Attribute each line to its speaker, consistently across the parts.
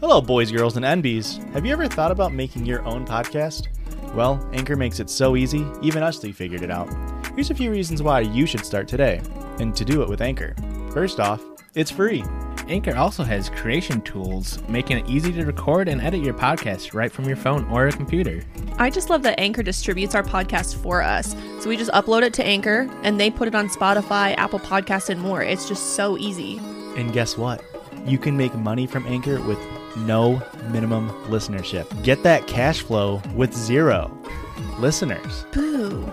Speaker 1: Hello, boys, girls, and NBs. Have you ever thought about making your own podcast? Well, Anchor makes it so easy, even us three figured it out. Here's a few reasons why you should start today, and to do it with Anchor. First off, it's free.
Speaker 2: Anchor also has creation tools, making it easy to record and edit your podcast right from your phone or a computer.
Speaker 3: I just love that Anchor distributes our podcast for us. So we just upload it to Anchor and they put it on Spotify, Apple Podcasts, and more. It's just so easy.
Speaker 1: And guess what? You can make money from Anchor with no minimum listenership. Get that cash flow with zero listeners.
Speaker 3: Boo.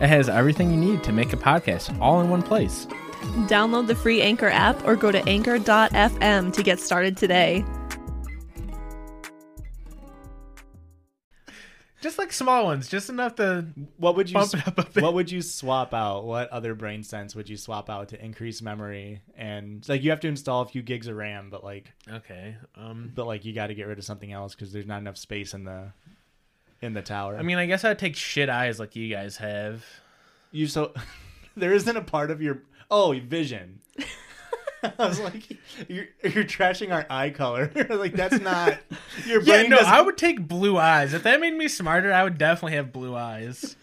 Speaker 2: It has everything you need to make a podcast all in one place.
Speaker 3: Download the free Anchor app or go to anchor.fm to get started today.
Speaker 2: Just like small ones, just enough to.
Speaker 1: What would you
Speaker 2: Bump it up a bit.
Speaker 1: What would you swap out? What other brain sense would you swap out to increase memory? And like you have to install a few gigs of RAM, but like
Speaker 2: Okay. Um.
Speaker 1: but like you got to get rid of something else because there's not enough space in the in the tower.
Speaker 2: I mean, I guess I'd take shit eyes like you guys have.
Speaker 1: you so there isn't a part of your oh vision. I was like, you're, you're trashing our eye color. like that's not your brain.
Speaker 2: Yeah, no,
Speaker 1: doesn't-
Speaker 2: I would take blue eyes. If that made me smarter, I would definitely have blue eyes.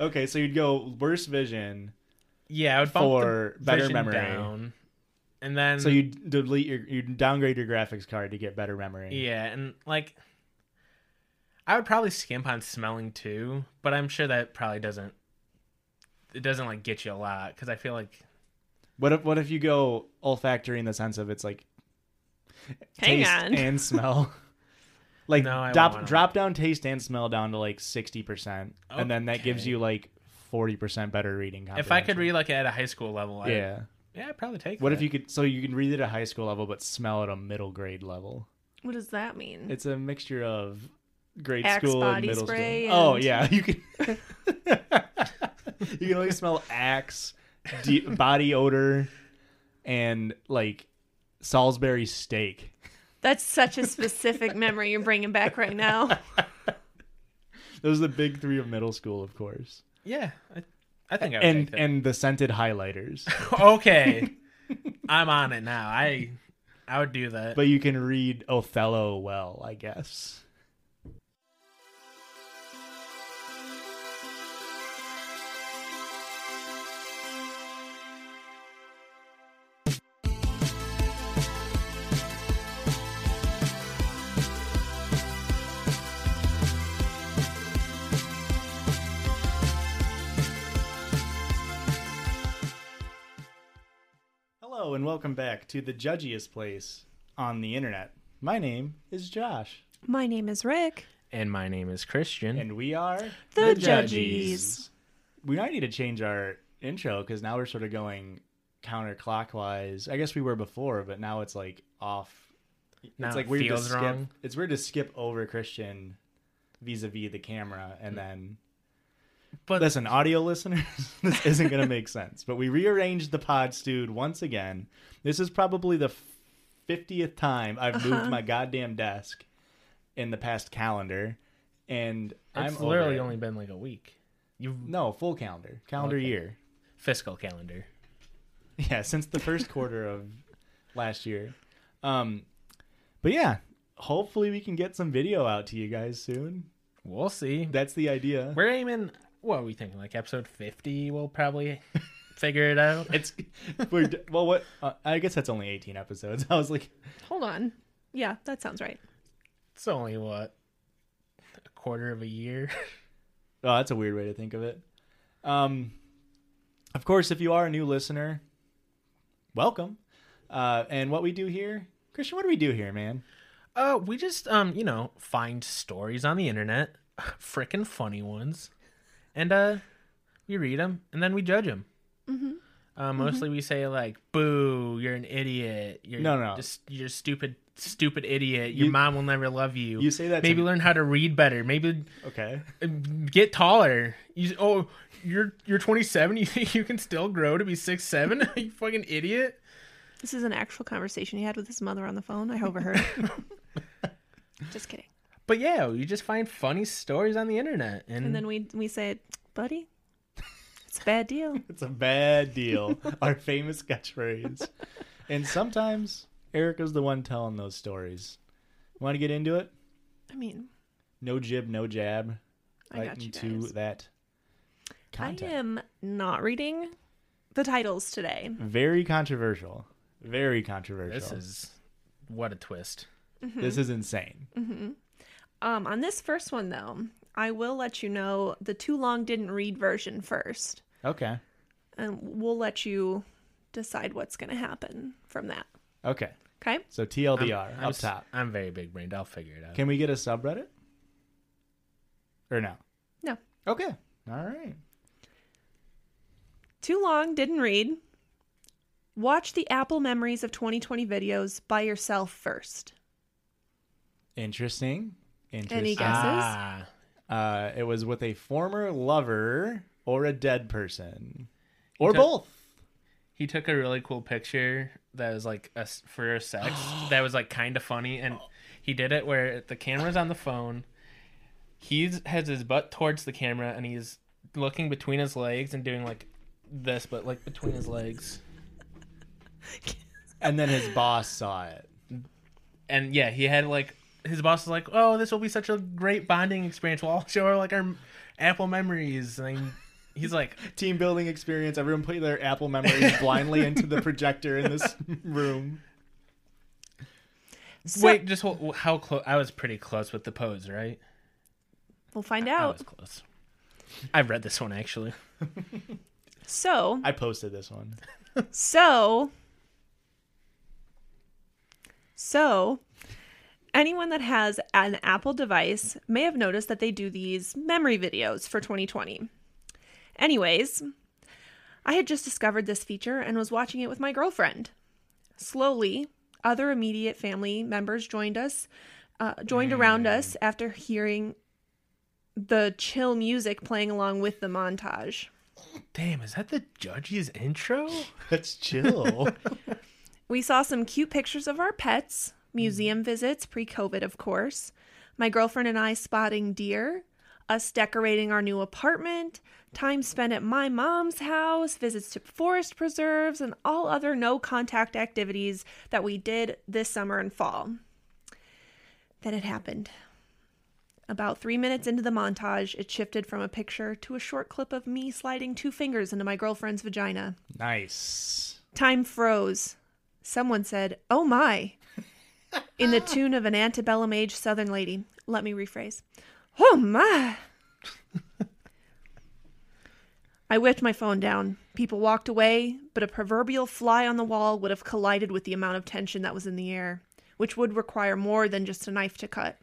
Speaker 1: okay, so you'd go worse vision.
Speaker 2: Yeah, I would bump
Speaker 1: For
Speaker 2: the
Speaker 1: better
Speaker 2: vision
Speaker 1: memory.
Speaker 2: down. And then
Speaker 1: So you delete your you downgrade your graphics card to get better memory.
Speaker 2: Yeah, and like I would probably skimp on smelling too, but I'm sure that probably doesn't it doesn't like get you a lot cuz I feel like
Speaker 1: What if what if you go olfactory in the sense of it's like
Speaker 3: Hang
Speaker 1: taste
Speaker 3: on.
Speaker 1: and smell. like
Speaker 2: No, I
Speaker 1: drop
Speaker 2: won't.
Speaker 1: drop down taste and smell down to like sixty percent, and then that gives
Speaker 2: Okay.
Speaker 1: you like forty percent better reading.
Speaker 2: if I could
Speaker 1: comprehension.
Speaker 2: read like at a high school level, I,
Speaker 1: yeah.
Speaker 2: yeah, I'd probably take.
Speaker 1: What if
Speaker 2: that.
Speaker 1: you could? So you can read it at a high school level, but smell at a middle grade level.
Speaker 3: What does that mean?
Speaker 1: It's a mixture of grade
Speaker 3: Axe
Speaker 1: school and
Speaker 3: body
Speaker 1: middle school.
Speaker 3: spray
Speaker 1: Oh
Speaker 3: and-
Speaker 1: yeah, you can. you can only smell axe, de- body odor, and like Salisbury steak.
Speaker 3: That's such a specific memory you're bringing back right now.
Speaker 1: Those are the big three of middle school, of course.
Speaker 2: Yeah, I, I think I would
Speaker 1: And
Speaker 2: take that.
Speaker 1: and the scented highlighters.
Speaker 2: okay. I'm on it now. I I would do that.
Speaker 1: but you can read Othello well, I guess. Hello and welcome back to the judgiest place on the internet. My name is Josh,
Speaker 3: My name is Rick.
Speaker 2: and my name is Christian.
Speaker 1: and we are
Speaker 3: The Judgies.
Speaker 1: We might need to change our intro because now we're sort of going counterclockwise. I guess we were before, but now it's like off.
Speaker 2: Now
Speaker 1: it's
Speaker 2: it
Speaker 1: like weird
Speaker 2: Uh, feels
Speaker 1: to skip.
Speaker 2: wrong.
Speaker 1: It's weird to skip over Christian vis-a-vis the camera, and then
Speaker 2: But
Speaker 1: Listen, audio listeners, this isn't going to make sense, but we rearranged the pod stewed once again. This is probably the 50th time I've
Speaker 2: Uh-huh.
Speaker 1: moved my goddamn desk in the past calendar, and
Speaker 2: it's
Speaker 1: I'm over
Speaker 2: literally
Speaker 1: it.
Speaker 2: only been like a week. You
Speaker 1: no full calendar, calendar
Speaker 2: Okay.
Speaker 1: year.
Speaker 2: fiscal calendar.
Speaker 1: Yeah, since the first quarter of last year. Um, but yeah, hopefully we can get some video out to you guys soon.
Speaker 2: We'll see.
Speaker 1: That's the idea.
Speaker 2: We're aiming. What are we thinking? Like episode fifty, we'll probably figure it out.
Speaker 1: it's we're d- well. What uh, I guess that's only eighteen episodes. I was like,
Speaker 3: Hold on. Yeah, that sounds right.
Speaker 2: It's only what a quarter of a year.
Speaker 1: Oh, that's a weird way to think of it. Um, of course, if you are a new listener, welcome. Uh, and what we do here, Christian, what do we do here, man?
Speaker 2: Uh, we just um, you know, find stories on the internet, frickin' funny ones, and uh, we read them and then we judge them. Mm-hmm. Uh, mostly we say like, "Boo, you're an idiot. You're
Speaker 1: No, no.
Speaker 2: just you're stupid, stupid idiot. Your
Speaker 1: You-
Speaker 2: mom will never love you.
Speaker 1: you say that to
Speaker 2: Maybe
Speaker 1: me-
Speaker 2: learn how to read better. Maybe uh,
Speaker 1: Okay.
Speaker 2: get taller. You oh, you're you're 27. You think you can still grow to be six seven? you fucking idiot.
Speaker 3: This is an actual conversation he had with his mother on the phone. I overheard. just kidding.
Speaker 2: But yeah, you just find funny stories on the internet, and,
Speaker 3: And then we we say, buddy, it's a bad deal.
Speaker 1: It's a bad deal. Our famous catchphrase. And sometimes Erica's the one telling those stories. Want to get into it?
Speaker 3: I mean,
Speaker 1: No jib, no jab.
Speaker 3: I
Speaker 1: right
Speaker 3: got you
Speaker 1: into
Speaker 3: guys.
Speaker 1: that content.
Speaker 3: I am not reading the titles today.
Speaker 1: Very controversial. Very controversial.
Speaker 2: This is what a twist.
Speaker 3: Mm-hmm.
Speaker 1: this is insane.
Speaker 3: Um, on this first one though, I will let you know the too long didn't read version first,
Speaker 1: Okay.
Speaker 3: and we'll let you decide what's going to happen from that.
Speaker 1: Okay.
Speaker 3: Okay.
Speaker 1: So TLDR
Speaker 2: I'm,
Speaker 1: up
Speaker 2: s-
Speaker 1: top.
Speaker 2: I'm very big brained. I'll figure it out.
Speaker 1: Can we get a subreddit? Or no?
Speaker 3: No.
Speaker 1: Okay. All right.
Speaker 3: Too long, didn't read. Watch the Apple Memories of 2020 videos by yourself first.
Speaker 1: Interesting. Interesting.
Speaker 3: Any guesses?
Speaker 2: Ah,
Speaker 1: Uh, it was with a former lover or a dead person, or
Speaker 2: took-
Speaker 1: both.
Speaker 2: he took a really cool picture that was like a, s- for sex that was like kind of funny, and he did it where the camera's on the phone. He's has his butt towards the camera, and he's looking between his legs and doing like this, but like between his legs.
Speaker 1: And then his boss saw it.
Speaker 2: and yeah, he had like his boss was like, "Oh, this will be such a great bonding experience. We'll all show her like our Apple memories." And then he's like,
Speaker 1: Team building experience. Everyone put their Apple memories blindly into the projector in this room.
Speaker 3: So-
Speaker 2: "Wait, just hold, how close? I was pretty close with the pose, right?
Speaker 3: We'll find
Speaker 2: I
Speaker 3: out.
Speaker 2: was close. I read this one actually.
Speaker 3: So,
Speaker 1: I posted this one.
Speaker 3: so, so, anyone that has an Apple device may have noticed that they do these memory videos for 2020. Anyways, I had just discovered this feature and was watching it with my girlfriend. Slowly, other immediate family members joined us, uh, joined around us after hearing the chill music playing along with the montage.
Speaker 2: Damn, is that the judge's intro?
Speaker 1: That's chill.
Speaker 3: We saw some cute pictures of our pets, museum visits, pre COVID, of course, my girlfriend and I spotting deer, us decorating our new apartment, time spent at my mom's house, visits to forest preserves, and all other no contact activities that we did this summer and fall. Then it happened. About three minutes into the montage, it shifted from a picture to a short clip of me sliding two fingers into my girlfriend's vagina.
Speaker 1: nice.
Speaker 3: Time froze. Someone said, Oh my, in the tune of an antebellum age southern lady. Let me rephrase. Oh my. I whipped my phone down. People walked away, but a proverbial fly on the wall would have collided with the amount of tension that was in the air, which would require more than just a knife to cut.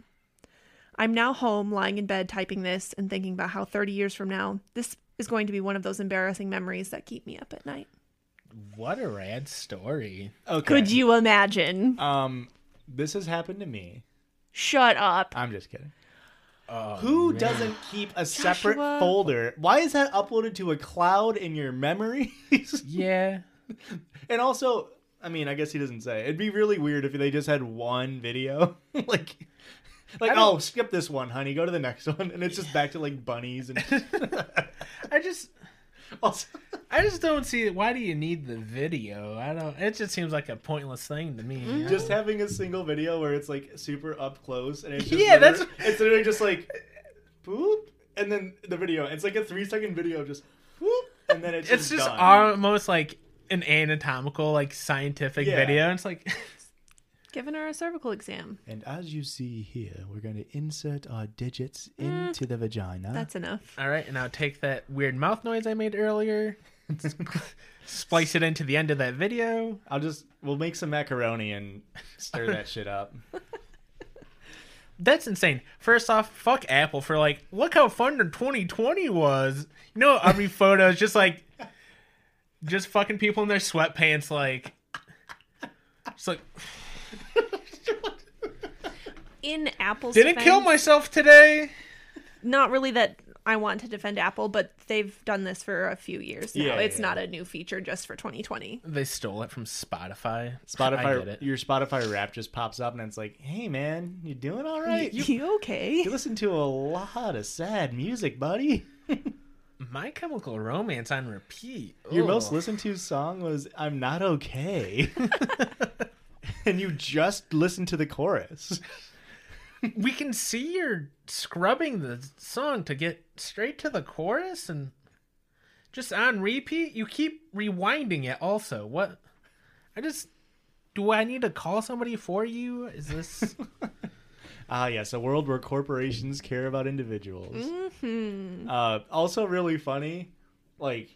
Speaker 3: I'm now home, lying in bed, typing this and thinking about how 30 years from now, this is going to be one of those embarrassing memories that keep me up at night.
Speaker 2: What a rad story!
Speaker 1: Okay.
Speaker 3: Could you imagine?
Speaker 1: Um, this has happened to me.
Speaker 3: Shut up.
Speaker 1: I'm just kidding.
Speaker 2: Oh,
Speaker 1: Who
Speaker 2: man.
Speaker 1: doesn't keep a separate
Speaker 3: Joshua.
Speaker 1: folder? Why is that uploaded to a cloud in your memories?
Speaker 2: Yeah,
Speaker 1: and also, I mean, I guess he doesn't say. It'd be really weird if they just had one video. like like
Speaker 2: don't-
Speaker 1: oh, skip this one, honey. Go to the next one. And it's just back to like bunnies and
Speaker 2: I just,
Speaker 1: also
Speaker 2: I just don't see it. Why do you need the video? I don't. It just seems like a pointless thing to me. I
Speaker 1: just having a single video where it's like super up close and it's just
Speaker 2: Yeah,
Speaker 1: yeah,
Speaker 2: that's-
Speaker 1: that's it's literally just like boop and then the video. It's like a 3 second video of just boop and then it's,
Speaker 2: it's just
Speaker 1: done.
Speaker 2: almost like an anatomical like scientific
Speaker 1: Yeah.
Speaker 2: video and it's like
Speaker 3: Giving her a cervical exam.
Speaker 1: And as you see here, we're going to insert our digits into the vagina.
Speaker 3: That's enough.
Speaker 2: all right and now take that weird mouth noise i made earlier splice it into the end of that video
Speaker 1: I'll just we'll make some macaroni and stir that shit up.
Speaker 2: that's insane first off fuck apple for like look how fun the 2020 was you know every photo is just like just fucking people in their sweatpants like it's like
Speaker 3: In Apple's
Speaker 2: didn't
Speaker 3: defense-
Speaker 2: kill myself today
Speaker 3: Not really that I want to defend Apple, but they've done this for a few years now.
Speaker 1: Yeah,
Speaker 3: it's
Speaker 1: yeah.
Speaker 3: not a new feature just for 2020.
Speaker 2: they stole it from spotify I get
Speaker 1: Spotify,
Speaker 2: it.
Speaker 1: your Spotify rap just pops up and it's like, "Hey man, you doing all right?
Speaker 3: You,
Speaker 1: You,
Speaker 3: okay?
Speaker 1: you listen to a lot of sad music, buddy.
Speaker 2: my chemical romance on repeat
Speaker 1: Your most
Speaker 2: Ugh.
Speaker 1: listened to song was "I'm Not Okay." and you just listen to the chorus.
Speaker 2: we can see you're scrubbing the song to get straight to the chorus and just on repeat you keep rewinding it also what i just do i need to call somebody for you is this
Speaker 1: Ah, yes, a world where corporations care about individuals.
Speaker 2: Mm-hmm.
Speaker 1: Uh, also, really funny, like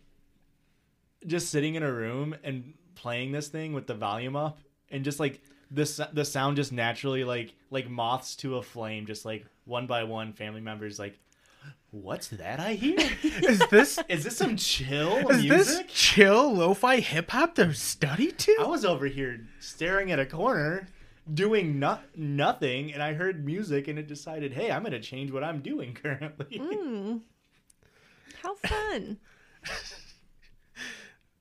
Speaker 1: just sitting in a room and playing this thing with the volume up, and just like this, the sound just naturally like like moths to a flame, just like one by one, family members like, "What's that I hear?
Speaker 2: is this
Speaker 1: Is this some chill
Speaker 2: is this
Speaker 1: music?"
Speaker 2: chill lo-fi hip-hop to study to
Speaker 1: I was over here staring at a corner doing no- nothing and I heard music and it decided, hey, I'm going to change what I'm doing currently.
Speaker 3: How fun.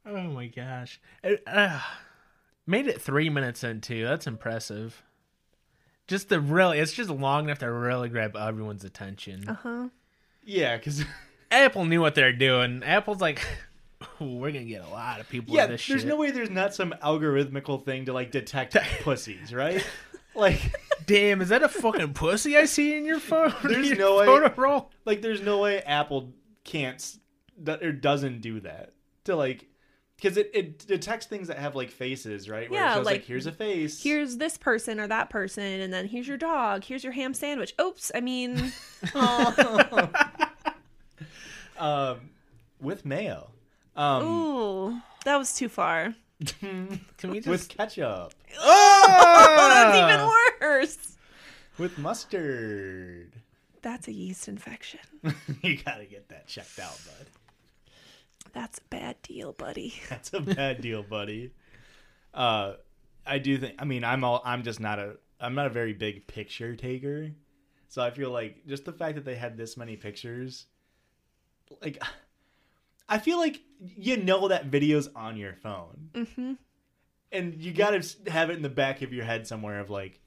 Speaker 2: oh my gosh It- ah. made it three minutes in too that's impressive just to really it's just long enough to really grab everyone's attention
Speaker 3: Uh-huh.
Speaker 1: Yeah, because
Speaker 2: Apple knew what they're doing. Apple's like, "Ooh, we're gonna get a lot of people.
Speaker 1: yeah,
Speaker 2: in
Speaker 1: there's
Speaker 2: this shit.
Speaker 1: no way there's not some algorithmical thing to like detect pussies, right? Like,
Speaker 2: Damn, is that a fucking pussy I see in your phone?
Speaker 1: There's
Speaker 2: Your
Speaker 1: no way-
Speaker 2: photo roll?
Speaker 1: like there's no way Apple can't s- do- or doesn't do that to like because it, it detects things that have like faces, right? Where
Speaker 3: Yeah,
Speaker 1: it shows like,
Speaker 3: like,
Speaker 1: here's a face.
Speaker 3: Here's this person or that person, and then here's your dog. Here's your ham sandwich. Oops. I mean, oh.
Speaker 1: um, with mayo, um,
Speaker 3: ooh, that was too far.
Speaker 2: Can we just?
Speaker 1: with ketchup. Ah.
Speaker 3: Oh, that's even worse.
Speaker 1: with mustard.
Speaker 3: That's a yeast infection.
Speaker 1: you gotta get that checked out, bud.
Speaker 3: That's a bad deal, buddy.
Speaker 1: That's a bad deal, buddy. Uh, I do think. I mean, I'm all. I'm just not a. I'm not a very big picture taker, so I feel like just the fact that they had this many pictures, like, I feel like you know that video's on your phone, mm-hmm. and you gotta s- have it in the back of your head somewhere of like,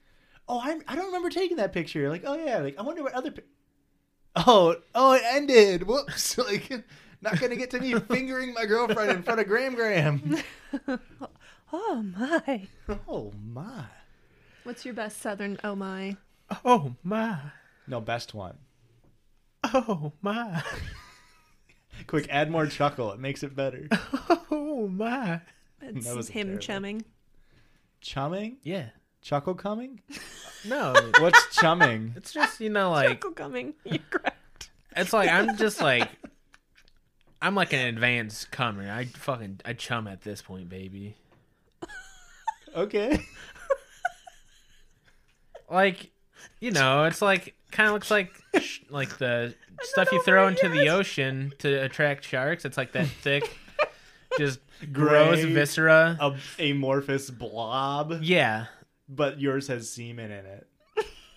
Speaker 1: oh, I I don't remember taking that picture. Like, oh yeah, like I wonder what other. Pi- oh oh it ended whoops like not gonna get to me fingering my girlfriend in front of graham graham
Speaker 3: Oh, my.
Speaker 1: oh my
Speaker 3: What's your best Southern oh my?
Speaker 2: oh my!
Speaker 1: no best one
Speaker 2: Oh my!
Speaker 1: quick add more chuckle it makes it better
Speaker 2: Oh my!
Speaker 3: It's
Speaker 1: That was a
Speaker 3: him
Speaker 1: terrible-
Speaker 3: chumming.
Speaker 1: chumming
Speaker 2: Yeah.
Speaker 1: chuckle coming
Speaker 2: No,
Speaker 1: what's chumming
Speaker 2: it's just you know like
Speaker 3: Chuckle coming. You're correct.
Speaker 2: it's like I'm just like I'm like an advanced comer. I fucking I chum at this point, baby.
Speaker 1: okay
Speaker 2: like you know it's like kind of looks like sh- like the stuff you throw into the ocean to attract sharks it's like that thick just gross
Speaker 1: Gray.
Speaker 2: viscera
Speaker 1: a amorphous blob
Speaker 2: yeah
Speaker 1: but yours has semen in it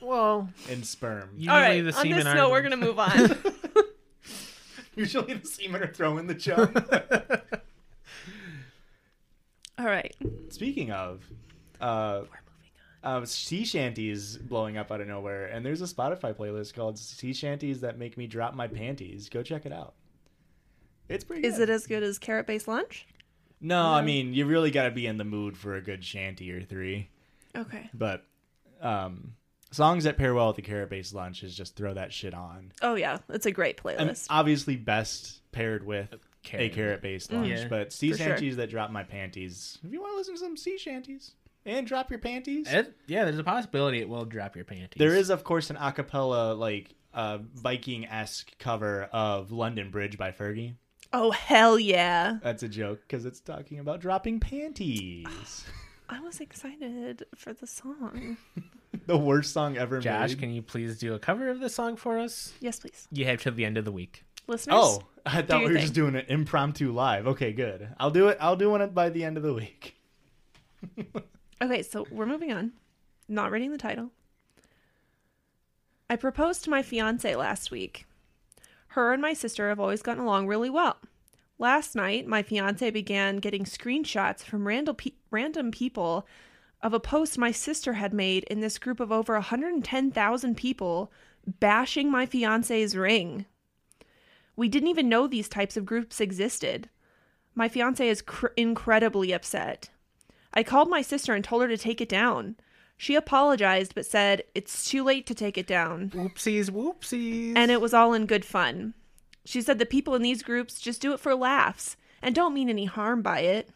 Speaker 2: well
Speaker 1: and sperm
Speaker 2: usually
Speaker 3: All right.
Speaker 2: the
Speaker 3: On
Speaker 2: semen
Speaker 3: this
Speaker 2: are
Speaker 3: note, we're going to move on.
Speaker 1: usually the semen are throwing the chum
Speaker 3: All right.
Speaker 1: speaking of uh uh, sea shanties blowing up out of nowhere, and there's a Spotify playlist called "Sea Shanties That Make Me Drop My Panties." Go check it out. It's pretty.
Speaker 3: Is
Speaker 1: good.
Speaker 3: it as good as carrot based lunch?
Speaker 1: No, I mean you really got to be in the mood for a good shanty or three.
Speaker 3: Okay.
Speaker 1: But um, songs that pair well with the carrot based lunch is just throw that shit on.
Speaker 3: Oh yeah, it's a great
Speaker 1: And
Speaker 3: playlist.
Speaker 1: obviously best paired with a
Speaker 2: Carrot.
Speaker 1: carrot based lunch.
Speaker 2: Yeah.
Speaker 1: But sea
Speaker 3: Mm. For sure.
Speaker 1: shanties that drop my panties. If you want to listen to some sea shanties and drop your panties,
Speaker 2: it, yeah there's a possibility it will drop your panties
Speaker 1: There is, of course, an a cappella, like uh, Viking esque cover of London Bridge by Fergie.
Speaker 3: oh hell yeah!
Speaker 1: That's a joke because it's talking about dropping panties.
Speaker 3: I was excited for the song.
Speaker 1: the worst song ever
Speaker 2: josh
Speaker 1: made.
Speaker 2: can you please do a cover of this song for us
Speaker 3: Yes, please,
Speaker 2: you have till the end of the week
Speaker 3: listeners.
Speaker 1: oh, I thought
Speaker 3: your
Speaker 1: we were
Speaker 3: thing.
Speaker 1: just doing an impromptu live. Okay, good. I'll do it. I'll do one by the end of the week.
Speaker 3: Okay, so we're moving on. Not reading the title. I proposed to my fiance last week. Her and my sister have always gotten along really well. Last night, my fiance began getting screenshots from random, pe- random people of a post my sister had made in this group of over 110,000 people bashing my fiance's ring. We didn't even know these types of groups existed. My fiance is cr- incredibly upset. I called my sister and told her to take it down. She apologized but said, It's too late to take it down.
Speaker 2: Whoopsies, whoopsies.
Speaker 3: And it was all in good fun. She said the people in these groups just do it for laughs and don't mean any harm by it.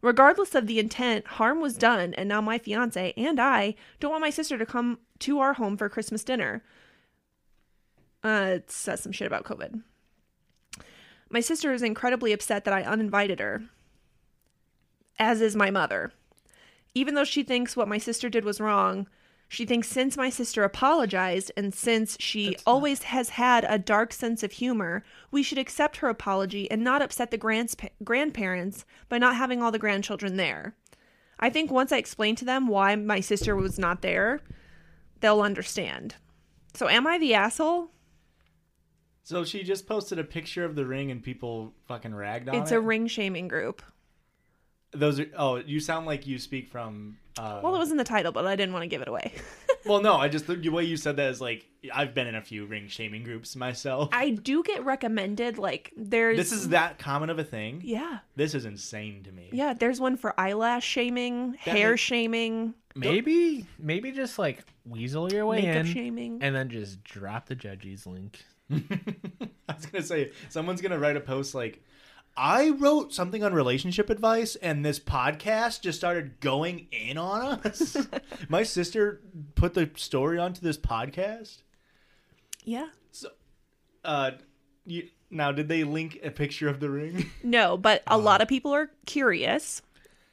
Speaker 3: Regardless of the intent, harm was done, and now my fiance and I don't want my sister to come to our home for Christmas dinner. Uh, it says some shit about COVID. My sister is incredibly upset that I uninvited her, as is my mother. Even though she thinks what my sister did was wrong, she thinks since my sister apologized and since she always has had a dark sense of humor, we should accept her apology and not upset the grands- grandparents by not having all the grandchildren there. I think once I explain to them why my sister was not there, they'll understand. So, am I the asshole?
Speaker 1: So she just posted a picture of the ring and people fucking ragged on
Speaker 3: it's
Speaker 1: it.
Speaker 3: a ring shaming group.
Speaker 1: Those are oh, you sound like you speak from. Uh,
Speaker 3: Well, it was in the title, but I didn't want to give it away.
Speaker 1: well, no, I just the way you said that is like I've been in a few ring shaming groups myself.
Speaker 3: I do get recommended, like, there's.
Speaker 1: This is that common of a thing.
Speaker 3: Yeah.
Speaker 1: This is insane to me.
Speaker 3: Yeah, there's one for eyelash shaming, hair
Speaker 1: makes-
Speaker 3: shaming,
Speaker 2: maybe, maybe just like weasel your way
Speaker 3: makeup
Speaker 2: in,
Speaker 3: shaming.
Speaker 2: and then just drop the judges link.
Speaker 1: I was gonna say someone's gonna write a post like, I wrote something on relationship advice, and this podcast just started going in on us. My sister put the story onto this podcast.
Speaker 3: yeah.
Speaker 1: Uh, you, now did they link a picture of the ring?
Speaker 3: No, but a lot of people are curious.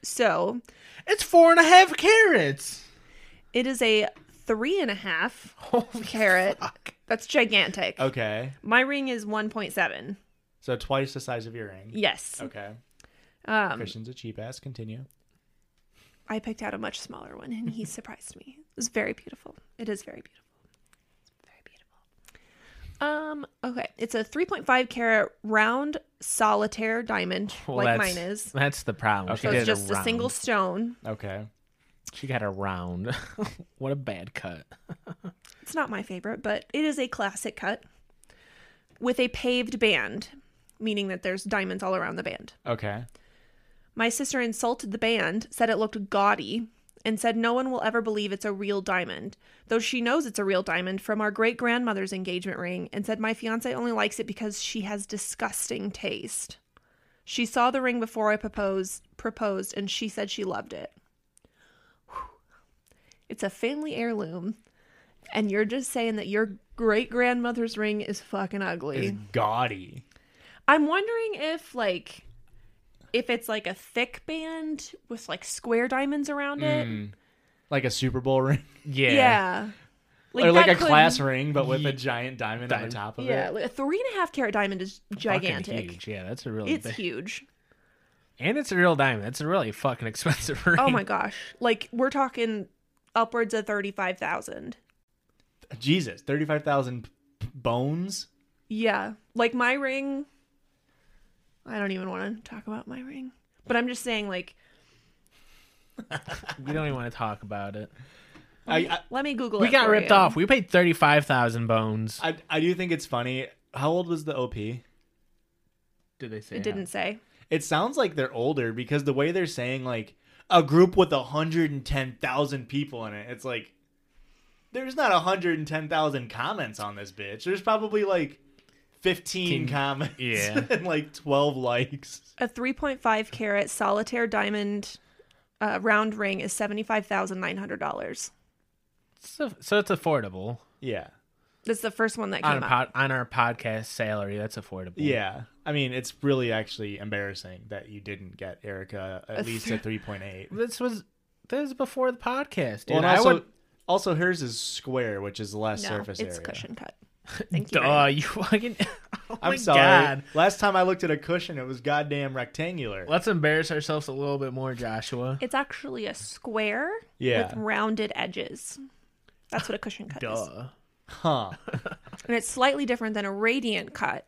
Speaker 3: So
Speaker 2: It's four and a half carats.
Speaker 3: it is a three and a half carat. That's gigantic.
Speaker 1: okay,
Speaker 3: My ring is 1.7.
Speaker 1: so twice the size of your ring.
Speaker 3: Yes.
Speaker 1: Okay,
Speaker 3: Um,
Speaker 1: Christian's a cheap ass. Continue.
Speaker 3: I picked out a much smaller one and he surprised me. It was very beautiful. It is very beautiful. It's very beautiful. Um, okay. It's a 3.5 carat round solitaire diamond,
Speaker 2: Well,
Speaker 3: like
Speaker 2: that's-
Speaker 3: mine is.
Speaker 2: That's the problem.
Speaker 3: So
Speaker 2: she did
Speaker 3: it's just a
Speaker 2: round.
Speaker 3: single stone.
Speaker 1: Okay,
Speaker 2: She got a round. what a bad cut.
Speaker 3: It's not my favorite, but it is a classic cut with a paved band, meaning that there's diamonds all around the band.
Speaker 1: okay.
Speaker 3: My sister insulted the band, said it looked gaudy, and said no one will ever believe it's a real diamond, though she knows it's a real diamond from our great grandmother's engagement ring, and said my fiance only likes it because she has disgusting taste. She saw the ring before I proposed, proposed, and she said she loved it. Whew. It's a family heirloom, and you're just saying that your great grandmother's ring is fucking ugly.
Speaker 1: It's gaudy.
Speaker 3: I'm wondering if like if it's like a thick band with like square diamonds around it.
Speaker 1: Like a Super Bowl ring,
Speaker 2: Yeah.
Speaker 3: Yeah.
Speaker 1: or like
Speaker 3: that
Speaker 1: a
Speaker 3: could-
Speaker 1: class ring, but with
Speaker 2: Ye-
Speaker 1: a giant diamond on
Speaker 2: Diamond.
Speaker 1: the top of
Speaker 3: Yeah,
Speaker 1: it.
Speaker 3: like a three and a half carat diamond is
Speaker 2: Fucking
Speaker 3: gigantic.
Speaker 2: huge. Yeah, that's a really
Speaker 3: It's
Speaker 2: big.
Speaker 3: huge.
Speaker 2: And it's a real diamond. That's a really fucking expensive ring.
Speaker 3: Oh my gosh. Like we're talking upwards of thirty five thousand.
Speaker 1: Jesus, thirty-five thousand bones.
Speaker 3: Yeah. Like my ring I don't even want to talk about my ring. But I'm just saying like
Speaker 2: We don't even want to talk about it.
Speaker 1: I, I
Speaker 3: let me Google
Speaker 2: We
Speaker 3: it
Speaker 2: got
Speaker 3: for
Speaker 2: ripped
Speaker 3: you.
Speaker 2: off. We paid thirty five thousand bones.
Speaker 1: I I do think it's funny. How old was the OP?
Speaker 2: Did they say
Speaker 3: It didn't say.
Speaker 1: It sounds like they're older because the way they're saying like a group with hundred and ten thousand people in it, it's like there's not hundred and ten thousand comments on this bitch. There's probably like fifteen
Speaker 2: Fifteen.
Speaker 1: comments,
Speaker 2: Yeah.
Speaker 1: and like twelve likes.
Speaker 3: A 3.5 carat solitaire diamond uh, round ring is $75,900.
Speaker 2: So, so it's affordable
Speaker 1: Yeah,
Speaker 3: That's the first one that
Speaker 2: on
Speaker 3: came
Speaker 2: a
Speaker 3: out.
Speaker 2: pod, on our podcast salary. That's affordable.
Speaker 1: yeah. I mean, it's really actually embarrassing that you didn't get Erica at
Speaker 3: A
Speaker 1: least
Speaker 3: thr-
Speaker 1: a three point eight.
Speaker 2: This was this was before the podcast, dude.
Speaker 1: Well, and
Speaker 2: I
Speaker 1: also,
Speaker 2: would.
Speaker 1: also hers is square, which is less
Speaker 3: No,
Speaker 1: surface
Speaker 3: it's
Speaker 1: area.
Speaker 3: cushion cut. Thank you.
Speaker 2: Duh,
Speaker 3: very
Speaker 2: you fucking. Oh my
Speaker 1: I'm sorry.
Speaker 2: God.
Speaker 1: Last time I looked at a cushion, it was goddamn rectangular.
Speaker 2: Let's embarrass ourselves a little bit more, Joshua.
Speaker 3: It's actually a square
Speaker 1: Yeah.
Speaker 3: with rounded edges. That's what a cushion cut is.
Speaker 2: Duh.
Speaker 1: Huh.
Speaker 3: And it's slightly different than a radiant cut,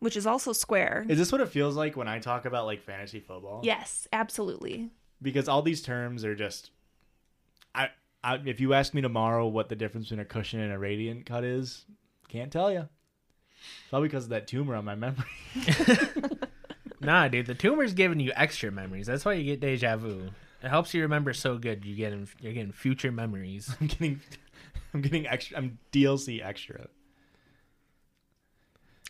Speaker 3: which is also square.
Speaker 1: Is this what it feels like when I talk about like fantasy football?
Speaker 3: yes, absolutely.
Speaker 1: Because all these terms are just I, I if you ask me tomorrow what the difference between a cushion and a radiant cut is, can't tell you. Probably because of that tumor on my memory.
Speaker 2: Nah, dude, the tumor's giving you extra memories. That's why you get deja vu. It helps you remember so good. You get in, you're getting future memories.
Speaker 1: I'm getting, I'm getting extra. I'm DLC extra.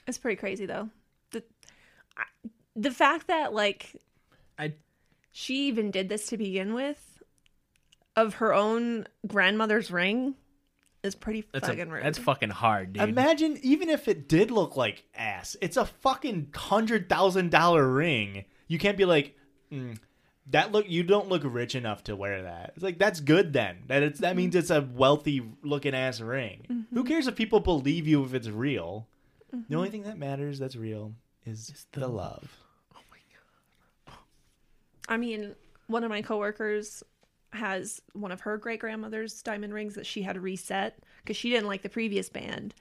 Speaker 3: It's pretty crazy though. The I- the fact that like
Speaker 2: I
Speaker 3: she even did this to begin with of her own grandmother's ring is pretty
Speaker 2: that's
Speaker 3: fucking
Speaker 2: a,
Speaker 3: rude.
Speaker 2: that's fucking hard, dude.
Speaker 1: Imagine even if it did look like ass, it's a fucking hundred thousand dollar ring. You can't be like, "Mm, that look. You don't look rich enough to wear that. It's like that's good then. That it's that means it's a wealthy looking ass ring. Who cares if people believe you if it's real? The only thing that matters that's real Mm-hmm. is the, love.
Speaker 3: I mean, one of my coworkers has one of her great grandmother's diamond rings that she had reset because she didn't like the previous band.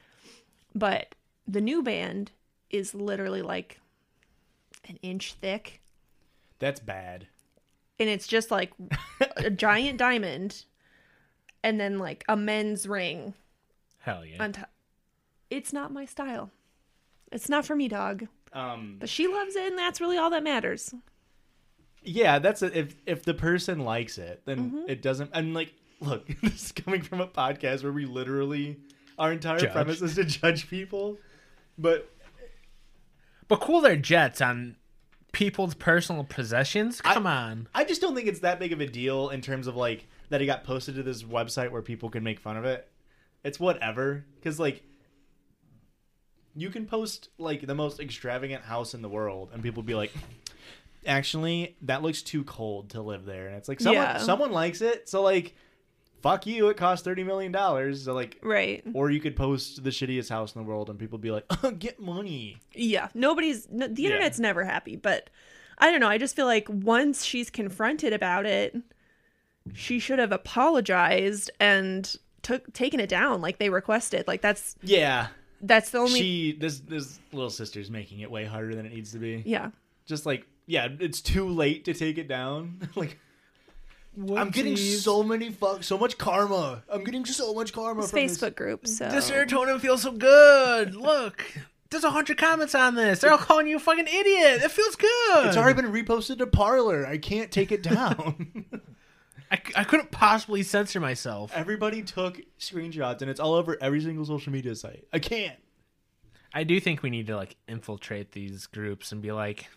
Speaker 3: But the new band is literally like an inch thick.
Speaker 1: That's bad.
Speaker 3: And it's just like a giant diamond and then like a men's ring
Speaker 2: Hell yeah.
Speaker 3: on top. It's not my style. It's not for me, dog.
Speaker 1: Um,
Speaker 3: But she loves it, and that's really all that matters.
Speaker 1: yeah, that's a, if if the person likes it, then it doesn't. And like, look, this is coming from a podcast where we literally our entire
Speaker 2: Judge.
Speaker 1: premise is to judge people. But
Speaker 2: But cool their jets on people's personal possessions. Come on.
Speaker 1: I just don't think it's that big of a deal in terms of like that it got posted to this website where people can make fun of it. It's whatever, because like you can post like the most extravagant house in the world, and people be like. Actually, that looks too cold to live there, and it's like someone
Speaker 3: Yeah.
Speaker 1: someone likes it, so like, fuck you. It costs thirty million dollars, so like,
Speaker 3: Right.
Speaker 1: Or you could post the shittiest house in the world and people be like, get money.
Speaker 3: Yeah, nobody's no, the internet's never happy, but I don't know. I just feel like once she's confronted about it, she should have apologized and took taken it down like they requested. Like that's
Speaker 1: Yeah.
Speaker 3: that's the only
Speaker 1: She this this little sister's making it way harder than it needs to be.
Speaker 3: yeah.
Speaker 1: Just like, yeah, it's too late to take it down. like oh, I'm getting
Speaker 2: Whoopsies.
Speaker 1: so many fuck so much karma. I'm getting so much karma
Speaker 3: It's
Speaker 1: from
Speaker 3: Facebook
Speaker 1: this.
Speaker 3: group, so
Speaker 2: This serotonin feels so good. Look, there's a hundred comments on this. They're all calling you a fucking idiot. It feels good.
Speaker 1: It's already been reposted to Parlor. I can't take it down.
Speaker 2: I, c- I couldn't possibly censor myself.
Speaker 1: Everybody took screenshots and it's all over every single social media site. I can't.
Speaker 2: I do think we need to like infiltrate these groups and be like,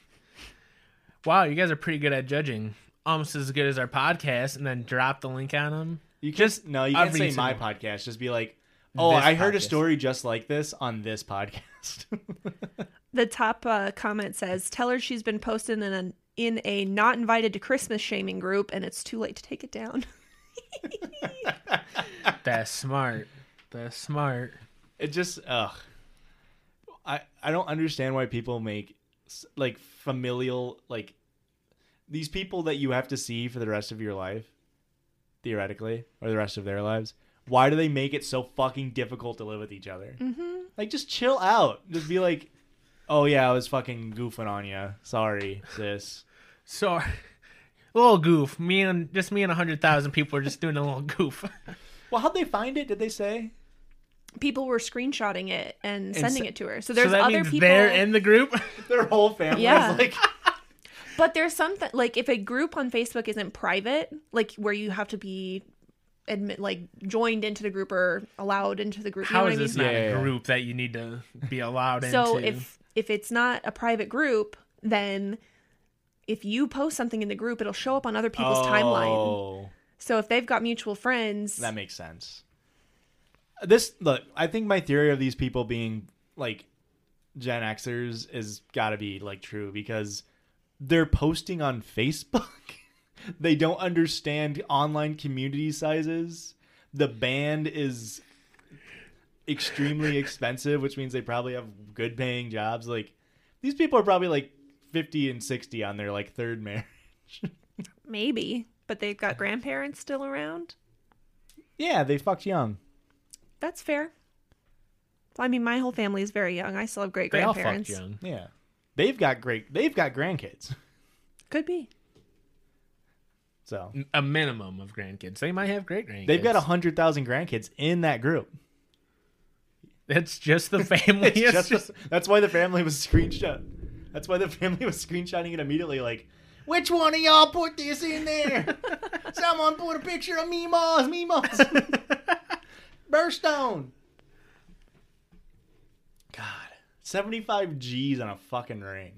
Speaker 2: "Wow, you guys are pretty good at judging, almost as good as our podcast." And then drop the link on them.
Speaker 1: You just no, you can't
Speaker 2: every
Speaker 1: say my
Speaker 2: single-
Speaker 1: podcast. Just be like, oh,
Speaker 2: This
Speaker 1: I heard a
Speaker 2: podcast.
Speaker 1: story just like this on this podcast.
Speaker 3: the top uh, comment says, "Tell her she's been posted in a in a not invited to Christmas shaming group, and it's too late to take it down."
Speaker 2: That's smart. That's smart.
Speaker 1: it just ugh. I I don't understand why people make s- like familial like these people that you have to see for the rest of your life, theoretically, or the rest of their lives. Why do they make it so fucking difficult to live with each other?
Speaker 3: Mm-hmm.
Speaker 1: Like, just chill out. Just be like, oh yeah, I was fucking goofing on you. Sorry, sis.
Speaker 2: So, little goof. Me and just me and hundred thousand people are just doing a little goof.
Speaker 1: Well, how'd they find it? Did they say?
Speaker 3: people were screenshotting it and, sending
Speaker 2: se-
Speaker 3: it to her. So there's
Speaker 2: so that
Speaker 3: other
Speaker 2: means
Speaker 3: people
Speaker 2: they're in the group.
Speaker 1: Their whole family
Speaker 3: Yeah.
Speaker 1: is like,
Speaker 3: But there's something like if a group on Facebook isn't private, like where you have to be admit like joined into the group or allowed into the group. you know
Speaker 2: How
Speaker 3: what
Speaker 2: is
Speaker 3: I mean?
Speaker 2: this not
Speaker 1: Yeah, yeah,
Speaker 2: a
Speaker 1: yeah.
Speaker 2: group that you need to be allowed
Speaker 3: So
Speaker 2: into?
Speaker 3: if if it's not a private group, then if you post something in the group, it'll show up on other people's timeline.
Speaker 1: Oh,
Speaker 3: So if they've got mutual friends,
Speaker 1: that makes sense. This look, I think my theory of these people being like Gen Xers is got to be like true because they're posting on Facebook. they don't understand online community sizes. The band is extremely expensive, which means they probably have good paying jobs. Like these people are probably like 50 and 60 on their like third marriage.
Speaker 3: maybe, but they've got grandparents still around.
Speaker 1: Yeah, they fucked young.
Speaker 3: That's fair. I mean, my whole family is very young. I still have great
Speaker 2: they all fucked
Speaker 3: grandparents.
Speaker 2: young.
Speaker 1: Yeah. They've got great they've got grandkids.
Speaker 3: Could be.
Speaker 1: So
Speaker 2: A minimum of grandkids. They might have great grandkids.
Speaker 1: they've got a hundred thousand grandkids in that group.
Speaker 2: That's just the family.
Speaker 1: It's just- that's why the family was screenshot. That's why the family was screenshotting it immediately, like, which one of y'all put this in there? Someone put a picture of Meemaws, Meemaws. Burstone. God. 75 G's on a fucking ring.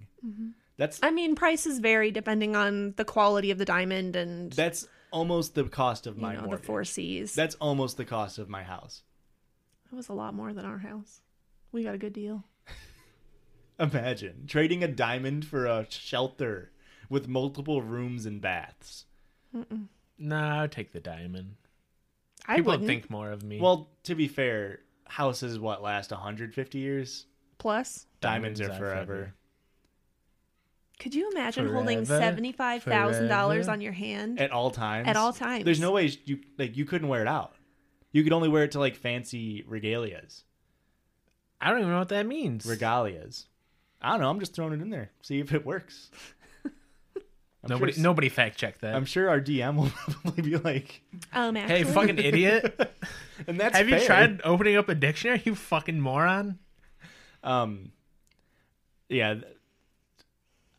Speaker 1: That's
Speaker 3: Mm-hmm. I mean, prices vary depending on the quality of the diamond and
Speaker 1: that's almost the cost of
Speaker 3: you
Speaker 1: my
Speaker 3: know the
Speaker 1: mortgage.
Speaker 3: four C's. That
Speaker 1: That's almost the cost of my house.
Speaker 3: was a lot more than our house. We got a good deal.
Speaker 1: Imagine trading a diamond for a shelter with multiple rooms and baths.
Speaker 2: Nah, I would take the diamond.
Speaker 3: I
Speaker 2: People
Speaker 3: wouldn't.
Speaker 2: think more of me.
Speaker 1: Well, to be fair, houses what last 150 years?
Speaker 3: Plus,
Speaker 1: Diamonds,
Speaker 2: Diamonds
Speaker 1: are
Speaker 2: are
Speaker 1: forever.
Speaker 2: forever.
Speaker 3: could you imagine holding
Speaker 2: Forever,
Speaker 3: seventy-five thousand dollars
Speaker 2: forever.
Speaker 3: on your hand?
Speaker 1: at all times.
Speaker 3: At all times.
Speaker 1: There's no way you like you couldn't wear it out. You could only wear it to like fancy regalias.
Speaker 2: I don't even know what that means.
Speaker 1: Regalias. I don't know. I'm just throwing it in there. See if it works. I'm
Speaker 2: Nobody,
Speaker 1: Sure,
Speaker 2: nobody fact checked that.
Speaker 1: I'm sure our DM will probably be like,
Speaker 3: um,
Speaker 2: hey,
Speaker 3: actually,
Speaker 2: fucking idiot!
Speaker 1: and that's
Speaker 2: Have you
Speaker 1: fair.
Speaker 2: tried opening up a dictionary? You fucking moron!
Speaker 1: Um, yeah, th-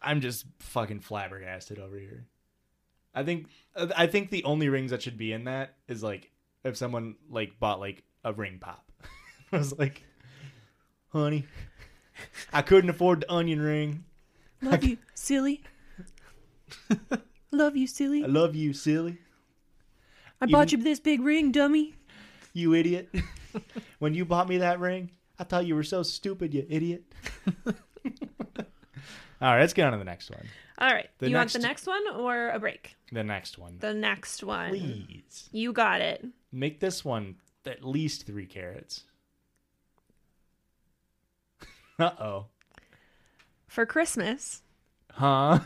Speaker 1: I'm just fucking flabbergasted over here. I think uh, I think the only rings that should be in that is like if someone like bought like a ring pop. I was like, honey, I couldn't afford the onion ring.
Speaker 3: love you, silly. love you, silly.
Speaker 1: I love you, silly.
Speaker 3: I bought you this big ring, dummy.
Speaker 1: You idiot. when you bought me that ring, I thought you were so stupid, you idiot. All right, let's get on to the next one.
Speaker 3: All right,
Speaker 1: The
Speaker 3: you want the
Speaker 1: next-
Speaker 3: next one or a break?
Speaker 1: The next one.
Speaker 3: The next one.
Speaker 1: Please.
Speaker 3: You got it.
Speaker 1: Make this one at least three carrots. Uh oh.
Speaker 3: For Christmas,
Speaker 1: Huh?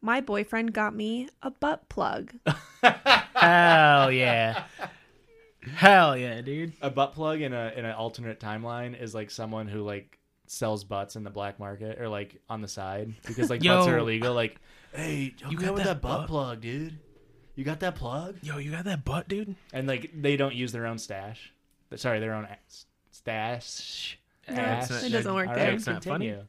Speaker 3: my boyfriend got me a butt plug.
Speaker 2: Hell yeah! Hell yeah, dude!
Speaker 1: a butt plug in a in an alternate timeline is like someone who like sells butts in the black market or like on the side because like butts
Speaker 2: Yo.
Speaker 1: are illegal. Like, hey, you
Speaker 2: got
Speaker 1: got with
Speaker 2: that
Speaker 1: that butt
Speaker 2: butt?
Speaker 1: plug, dude. You got that plug?
Speaker 2: Yo, you got that butt, dude?
Speaker 1: And like they don't use their own stash. Sorry, their own a- stash.
Speaker 3: No,
Speaker 1: Ash.
Speaker 3: it doesn't work
Speaker 1: All
Speaker 3: there.
Speaker 1: right,
Speaker 2: It's not funny.
Speaker 1: continue.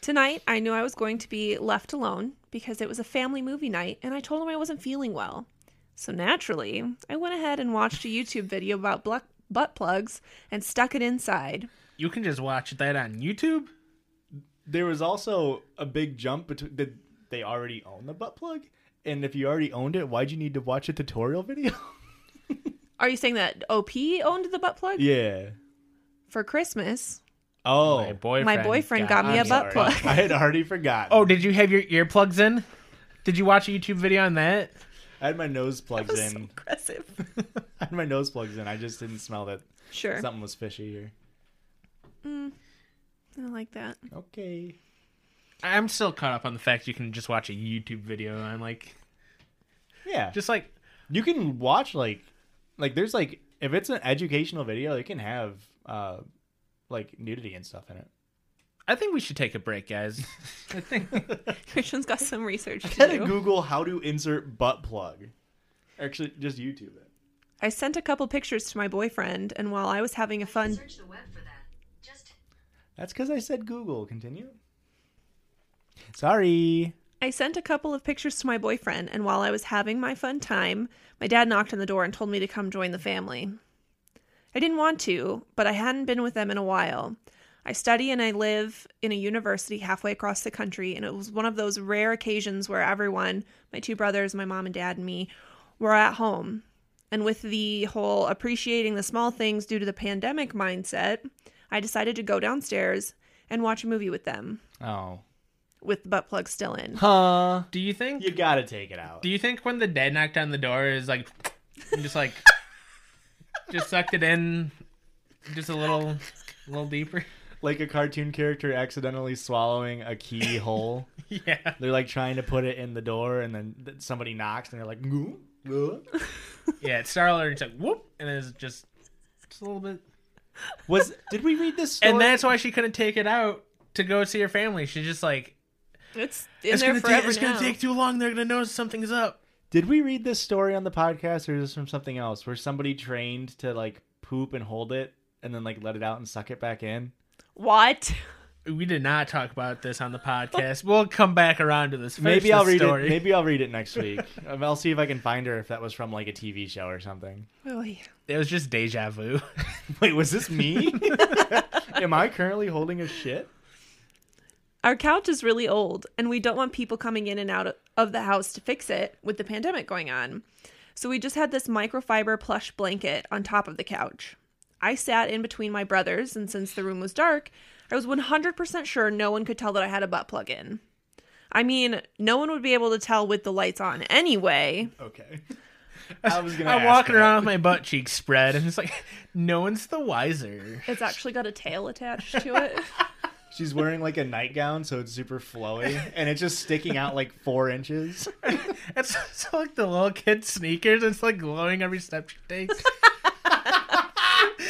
Speaker 3: Tonight, I knew I was going to be left alone because it was a family movie night, and I told him I wasn't feeling well. So naturally, I went ahead and watched a YouTube video about blu- butt plugs and stuck it inside.
Speaker 2: You can just watch that on YouTube.
Speaker 1: there was also a big jump between did they already own the butt plug and if you already owned it why'd you need to watch a tutorial video
Speaker 3: Are you saying that OP owned the butt plug?
Speaker 1: yeah
Speaker 3: For Christmas,
Speaker 1: oh
Speaker 2: My boyfriend.
Speaker 3: my boyfriend got me a
Speaker 1: I'm
Speaker 3: butt
Speaker 1: sorry.
Speaker 3: plug.
Speaker 1: i had already forgotten
Speaker 2: Oh, did you have your earplugs in? Did you watch a YouTube video on that?
Speaker 1: i had my nose
Speaker 3: That
Speaker 1: plugs
Speaker 3: was so
Speaker 1: in
Speaker 3: aggressive.
Speaker 1: i had my nose plugs in i just didn't smell that
Speaker 3: Sure.
Speaker 1: something was fishy here
Speaker 3: I like that.
Speaker 1: okay
Speaker 2: I'm still caught up on the fact you can just watch a YouTube video on like
Speaker 1: yeah just
Speaker 2: just like
Speaker 1: you can watch like like there's like if it's an educational video it can have uh like nudity and stuff in it
Speaker 2: I think we should take a break, guys. I think
Speaker 3: Christian's got some research to
Speaker 1: gotta
Speaker 3: do.
Speaker 1: google how to insert butt plug actually just youtube it
Speaker 3: I sent a couple pictures to my boyfriend, and while I was having a fun
Speaker 4: Search the web for that. Just
Speaker 1: That's because I said Google. Continue. Sorry.
Speaker 3: I sent a couple of pictures to my boyfriend, and while I was having my fun time, my dad knocked on the door and told me to come join the family. I didn't want to, but I hadn't been with them in a while. I study and I live in a university halfway across the country, and it was one of those rare occasions where everyone my two brothers, my mom and dad, and me were at home. And with the whole appreciating the small things due to the pandemic mindset, I decided to go downstairs and watch a movie with them,
Speaker 1: Oh.
Speaker 3: with the butt plug still in.
Speaker 1: Huh.
Speaker 2: Do you think
Speaker 1: You gotta take it out.
Speaker 2: do you think when the dad knocked on the door is like and just like just sucked it in just a little a little deeper?
Speaker 1: Like a cartoon character accidentally swallowing a keyhole.
Speaker 2: Yeah.
Speaker 1: they're like trying to put it in the door, and then th- somebody knocks, and they're like, "Goo, goo."
Speaker 2: Yeah, it's Starler and it's like whoop and it's just just a little bit
Speaker 1: "Was did we read this?" Story?
Speaker 2: And that's why she couldn't take it out to go see her family. She's just like
Speaker 3: It's in
Speaker 2: it's
Speaker 3: there
Speaker 2: gonna,
Speaker 3: forever
Speaker 2: take, it's
Speaker 3: now.
Speaker 2: gonna take too long, they're gonna notice something's up.
Speaker 1: did we read this story on the podcast, or is this from something else? Where somebody trained to like poop and hold it, and then like let it out and suck it back in.
Speaker 3: What?
Speaker 2: we did not talk about this on the podcast. We'll come back around to this. Finish
Speaker 1: Maybe I'll
Speaker 2: this
Speaker 1: read
Speaker 2: story.
Speaker 1: it. Maybe I'll read it next week. Um, I'll see if I can find her if that was from like a TV show or something.
Speaker 3: Oh, yeah.
Speaker 2: It was just deja vu.
Speaker 1: Wait, was this me? Am I currently holding a shit?
Speaker 3: Our couch is really old, and we don't want people coming in and out of the house to fix it with the pandemic going on. So we just had this microfiber plush blanket on top of the couch. I sat in between my brothers, and since the room was dark, I was 100% sure no one could tell that I had a butt plug in. I mean, no one would be able to tell with the lights on anyway.
Speaker 1: Okay. I was gonna.
Speaker 2: I'm
Speaker 1: ask
Speaker 2: walking
Speaker 1: that.
Speaker 2: around with my butt cheeks spread, and it's like, no one's the wiser.
Speaker 3: It's actually got a tail attached to it.
Speaker 1: She's wearing like a nightgown, so it's super flowy, and it's just sticking out like four inches.
Speaker 2: It's, it's like the little kid sneakers. It's like glowing every step she takes.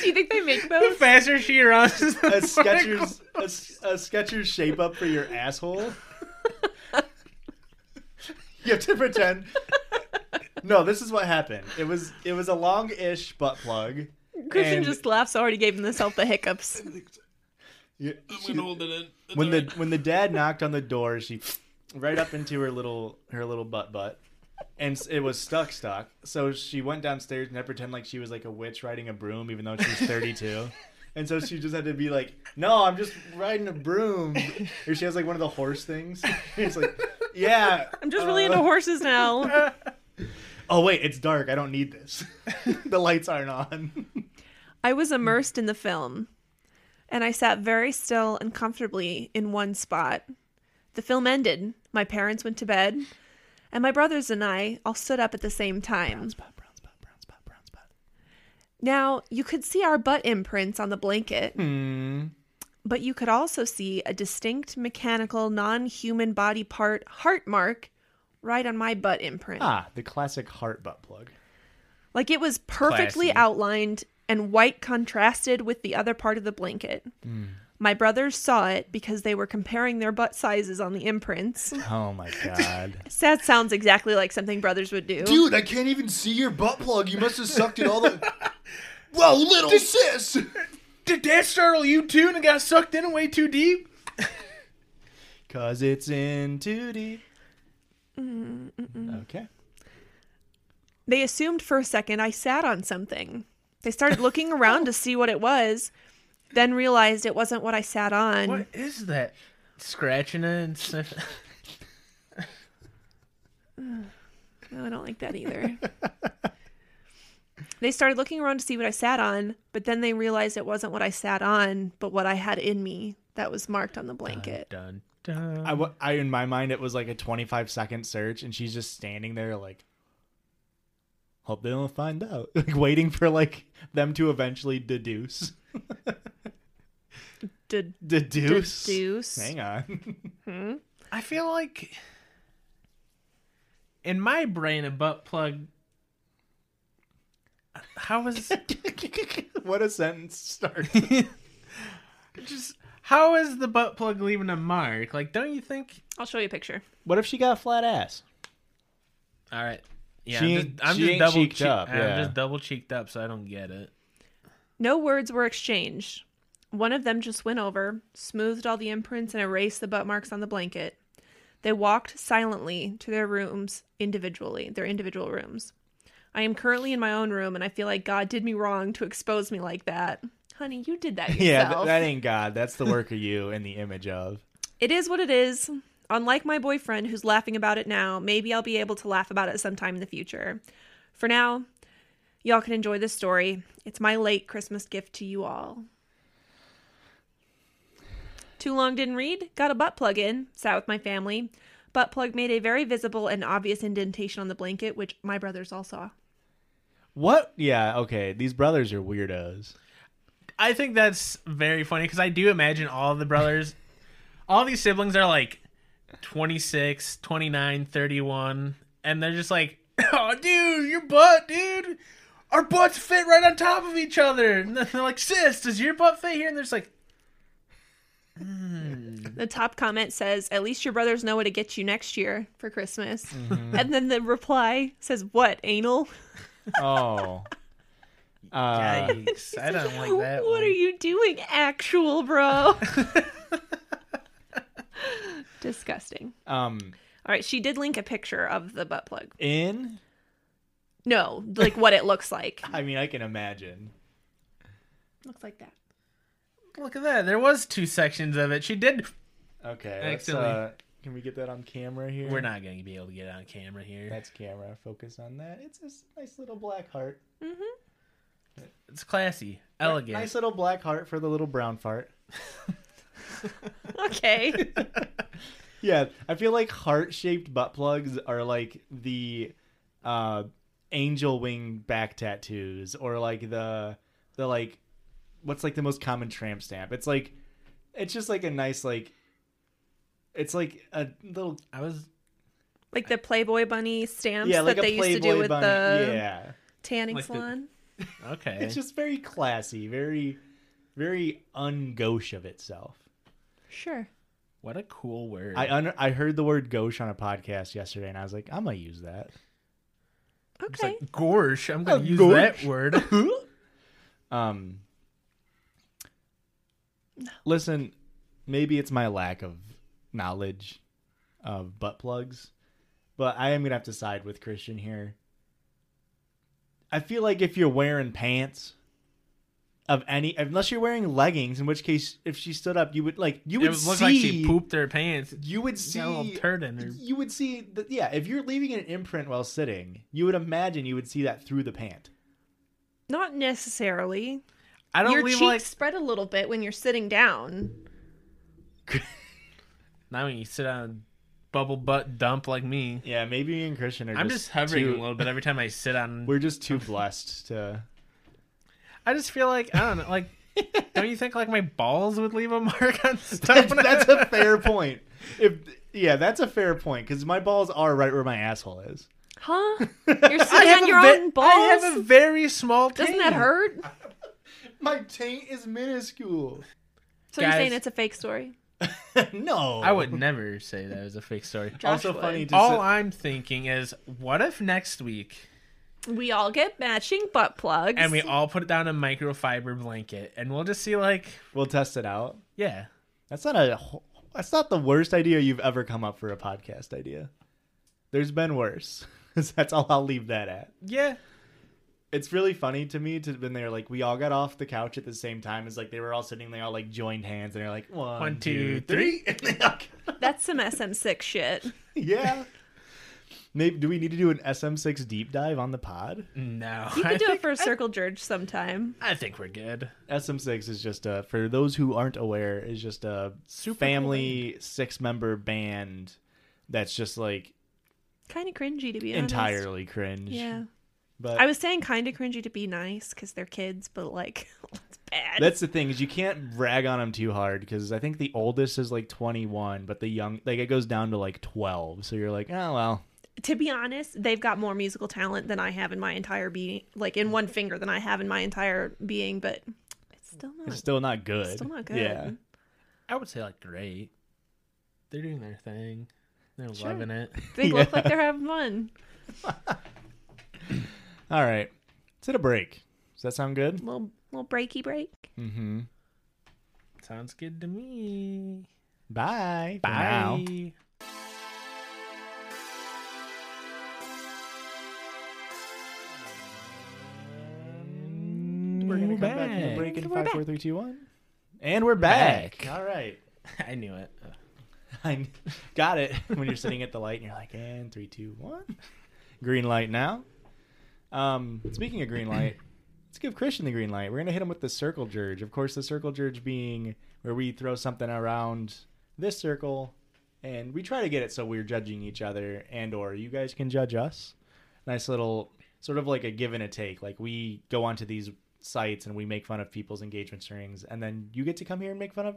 Speaker 3: Do you think they make
Speaker 2: the
Speaker 3: those?
Speaker 2: faster she runs,
Speaker 1: A
Speaker 2: the more it glows.
Speaker 1: Skechers, a, S- a Skechers shape up for your asshole. you have to pretend. No, this is what happened. It was it was a long-ish butt plug.
Speaker 3: Christian
Speaker 1: and-
Speaker 3: just laughs, already gave himself the hiccups.
Speaker 1: You- she-
Speaker 2: it in.
Speaker 1: when the when the dad knocked on the door, she right up into her little her little butt butt, and s- it was stuck stuck. So she went downstairs and had to pretend like she was like a witch riding a broom, even though she was thirty two. And so she just had to be like, "No, I'm just riding a broom." Or she has like one of the horse things. It's like, "Yeah,
Speaker 3: I'm just really
Speaker 1: uh,
Speaker 3: into horses now.
Speaker 1: Oh wait, it's dark. I don't need this. the lights aren't on.
Speaker 3: I was immersed in the film, and I sat very still and comfortably in one spot. The film ended, my parents went to bed, and my brothers and I all stood up at the same time.
Speaker 1: spot, brown spot, brown spot, brown spot.
Speaker 3: Now, you could see our butt imprints on the blanket, but you could also see a distinct mechanical, non human body part heart mark right on my butt imprint.
Speaker 1: Ah, the classic heart butt plug.
Speaker 3: Like it was perfectly
Speaker 2: Classy.
Speaker 3: outlined and white contrasted with the other part of the blanket.
Speaker 2: Hmm.
Speaker 3: My brothers saw it because they were comparing their butt sizes on the imprints.
Speaker 1: Oh my god.
Speaker 3: that sounds exactly like something brothers would do.
Speaker 1: Dude, I can't even see your butt plug. You must have sucked it all the. Whoa, little sis!
Speaker 2: Did that startle you too and it got sucked in way too deep?
Speaker 1: Cause it's in too deep. Okay.
Speaker 3: They assumed for a second I sat on something. They started looking around to see what it was, then realized it wasn't what I sat on.
Speaker 2: What is that? Scratching it and sniffing.
Speaker 3: No, I don't like that either. they started looking around to see what I sat on, but then they realized it wasn't what I sat on, but what I had in me that was marked on the blanket.
Speaker 2: Dun, dun.
Speaker 1: I, w- I, in my mind, it was like a 25 second search, and she's just standing there, like, hope they don't find out. Like, waiting for, like, them to eventually deduce.
Speaker 3: Did
Speaker 1: Deduce?
Speaker 3: Deduce.
Speaker 1: Hang on.
Speaker 2: I feel like in my brain a butt plug. How is
Speaker 1: what a sentence start.
Speaker 2: just how is the butt plug leaving a mark? Like, don't you think?
Speaker 3: I'll show you a picture.
Speaker 1: what if she got flat ass?
Speaker 2: All right. Yeah,
Speaker 1: She
Speaker 2: I'm
Speaker 1: ain't-
Speaker 2: just, I'm
Speaker 1: she
Speaker 2: just
Speaker 1: ain't
Speaker 2: double
Speaker 1: cheeked
Speaker 2: cheeked up.
Speaker 1: up, yeah.
Speaker 2: I'm just double cheeked up, so I don't get it.
Speaker 3: No words were exchanged. One of them just went over, smoothed all the imprints, and erased the butt marks on the blanket. They walked silently to their rooms individually, their individual rooms. I am currently in my own room, and I feel like God did me wrong to expose me like that. Honey, you did that yourself.
Speaker 1: Yeah, th- that ain't God. That's the work of you and the image of.
Speaker 3: It is what it is. Unlike my boyfriend who's laughing about it now, maybe I'll be able to laugh about it sometime in the future. For now, y'all can enjoy this story. It's my late Christmas gift to you all. Too long didn't read, got a butt plug in, sat with my family. Butt plug made a very visible and obvious indentation on the blanket, which my brothers all saw.
Speaker 1: What? Yeah, okay. These brothers are weirdos.
Speaker 2: I think that's very funny because I do imagine all the brothers, all these siblings are like 26, 29, 31, and they're just like, oh, dude, your butt, dude. Our butts fit right on top of each other. And then they're like, sis, does your butt fit here? And they're just like,
Speaker 3: The top comment says, At least your brothers know what to get you next year for Christmas. And then the reply says, What, anal?
Speaker 1: Oh. Uh,
Speaker 2: yikes. I don't like that.
Speaker 3: what
Speaker 2: one.
Speaker 3: are you doing, actual bro? Disgusting.
Speaker 1: Um,
Speaker 3: All right, she did link a picture of the butt plug.
Speaker 1: in,
Speaker 3: No, like what it looks like.
Speaker 1: I mean, I can imagine.
Speaker 3: looks like that.
Speaker 2: Look at that. There was two sections of it. She did.
Speaker 1: Okay, let's,
Speaker 2: Actually-
Speaker 1: uh, can we get that on camera here?
Speaker 2: We're not going to be able to get on camera here.
Speaker 1: That's camera. Focus on that. It's a nice little black heart.
Speaker 2: It's classy, elegant.
Speaker 1: Nice little black heart for the little brown fart.
Speaker 3: Okay.
Speaker 1: Yeah, I feel like heart shaped butt plugs are like the uh, angel wing back tattoos or like the the like what's like the most common tramp stamp. It's like it's just like a nice like it's like a little
Speaker 2: I was
Speaker 3: like the Playboy bunny stamps
Speaker 1: yeah like
Speaker 3: that
Speaker 1: a
Speaker 3: they
Speaker 1: Playboy
Speaker 3: used to do with
Speaker 1: bunny.
Speaker 3: the
Speaker 1: yeah.
Speaker 3: tanning
Speaker 2: Like the-
Speaker 3: salon.
Speaker 2: okay.
Speaker 1: It's just very classy, very very ungosh of itself.
Speaker 3: Sure.
Speaker 2: what a cool word.
Speaker 1: I un- I heard the word gauche on a podcast yesterday, and I was like, I'm gonna use that.
Speaker 2: It's
Speaker 3: Okay.
Speaker 2: like gorsh. I'm going
Speaker 1: Oh,
Speaker 2: to use
Speaker 1: gorsh.
Speaker 2: that word.
Speaker 1: um, listen, maybe it's my lack of knowledge of butt plugs, but I am gonna have to side with Christian here. I feel like if you're wearing pants of any, unless you're wearing leggings, in which case, if she stood up, you would like you
Speaker 2: it
Speaker 1: would
Speaker 2: looked
Speaker 1: see
Speaker 2: like she pooped her pants.
Speaker 1: you would see
Speaker 2: Got a little turd in her.
Speaker 1: you would see that yeah if you're leaving an imprint while sitting you would imagine you would see that through the pant
Speaker 3: Not necessarily.
Speaker 2: I don't
Speaker 3: Your
Speaker 2: leave
Speaker 3: cheeks
Speaker 2: like
Speaker 3: spread a little bit when you're sitting down.
Speaker 2: now when you sit on bubble butt dump like me.
Speaker 1: yeah maybe me and christian are
Speaker 2: I'm just,
Speaker 1: just,
Speaker 2: hovering
Speaker 1: too,
Speaker 2: a little bit every time I sit on.
Speaker 1: we're just too blessed to
Speaker 2: I just feel like I don't know. Like, don't you think like my balls would leave a mark on stuff?
Speaker 1: that's, that's a fair point if yeah that's a fair point because my balls are right where my asshole is
Speaker 3: Huh? You're sitting
Speaker 2: have
Speaker 3: on
Speaker 2: a
Speaker 3: your
Speaker 2: ve-
Speaker 3: own balls?
Speaker 2: I have a very small.
Speaker 3: Doesn't that
Speaker 2: taint.
Speaker 3: hurt?
Speaker 1: my taint is minuscule
Speaker 3: So you're
Speaker 2: Guys.
Speaker 3: saying it's a fake story?
Speaker 1: no
Speaker 2: I would never say that was a fake story.
Speaker 3: Josh
Speaker 1: also
Speaker 3: would.
Speaker 1: funny to
Speaker 2: All
Speaker 1: sit-
Speaker 2: I'm thinking is, what if next week
Speaker 3: We all get matching butt plugs.
Speaker 2: and we all put it down a microfiber blanket and we'll just see like,
Speaker 1: we'll test it out
Speaker 2: yeah,
Speaker 1: that's not a wh- that's not the worst idea you've ever come up for a podcast idea there's been worse that's all i'll leave that at
Speaker 2: yeah,
Speaker 1: it's really funny to me to when they're like we all got off the couch at the same time it's like they were all sitting they all like joined hands and they're like one,
Speaker 2: One,
Speaker 1: two,
Speaker 2: two,
Speaker 1: three. and they all got-
Speaker 3: That's some SM6 shit.
Speaker 1: yeah maybe do we need to do an sm6 deep dive on the pod
Speaker 2: no,
Speaker 3: You
Speaker 2: I
Speaker 3: could do
Speaker 2: think,
Speaker 3: it for a circle jerk sometime.
Speaker 2: I think we're good.
Speaker 1: sm6 is just a for those who aren't aware is just a family six member band that's just like
Speaker 3: Kind of cringy to be honest.
Speaker 1: entirely cringe
Speaker 3: Yeah.
Speaker 1: but
Speaker 3: I was saying kind of cringy to be nice because they're kids, but like, it's bad.
Speaker 1: That's the thing is you can't brag on them too hard because I think the oldest is like 21, but the young like it goes down to like 12. So you're like, oh well,
Speaker 3: to be honest, they've got more musical talent than I have in my entire being, like in one finger than I have in my entire being, but it's still not.
Speaker 1: it's still not good.
Speaker 3: Still not good.
Speaker 1: Yeah,
Speaker 2: I would say like great. They're doing their thing. They're
Speaker 3: Sure.
Speaker 2: loving it.
Speaker 3: They look like they're having fun.
Speaker 1: all right. Let's hit a break. Does that sound good?
Speaker 3: Little little breaky break.
Speaker 1: Mm-hmm.
Speaker 2: Sounds good to me.
Speaker 1: Bye. for
Speaker 2: Bye.
Speaker 1: now. We're gonna come back, and break in
Speaker 3: And we're
Speaker 1: five,
Speaker 3: back.
Speaker 1: four, three, two, one, and we're back.
Speaker 2: back.
Speaker 1: All right.
Speaker 2: I knew it.
Speaker 1: I got it. When you're sitting at the light and you're like, and three, two, one, green light now. Um, speaking of green light, let's give Christian the green light. We're gonna hit him with the circle jerge. Of course, the circle jerge being where we throw something around this circle, and we try to get it so we're judging each other, and or you guys can judge us. Nice little sort of like a give and a take. Like we go onto these sites and we make fun of people's engagement rings, and then you get to come here and make fun of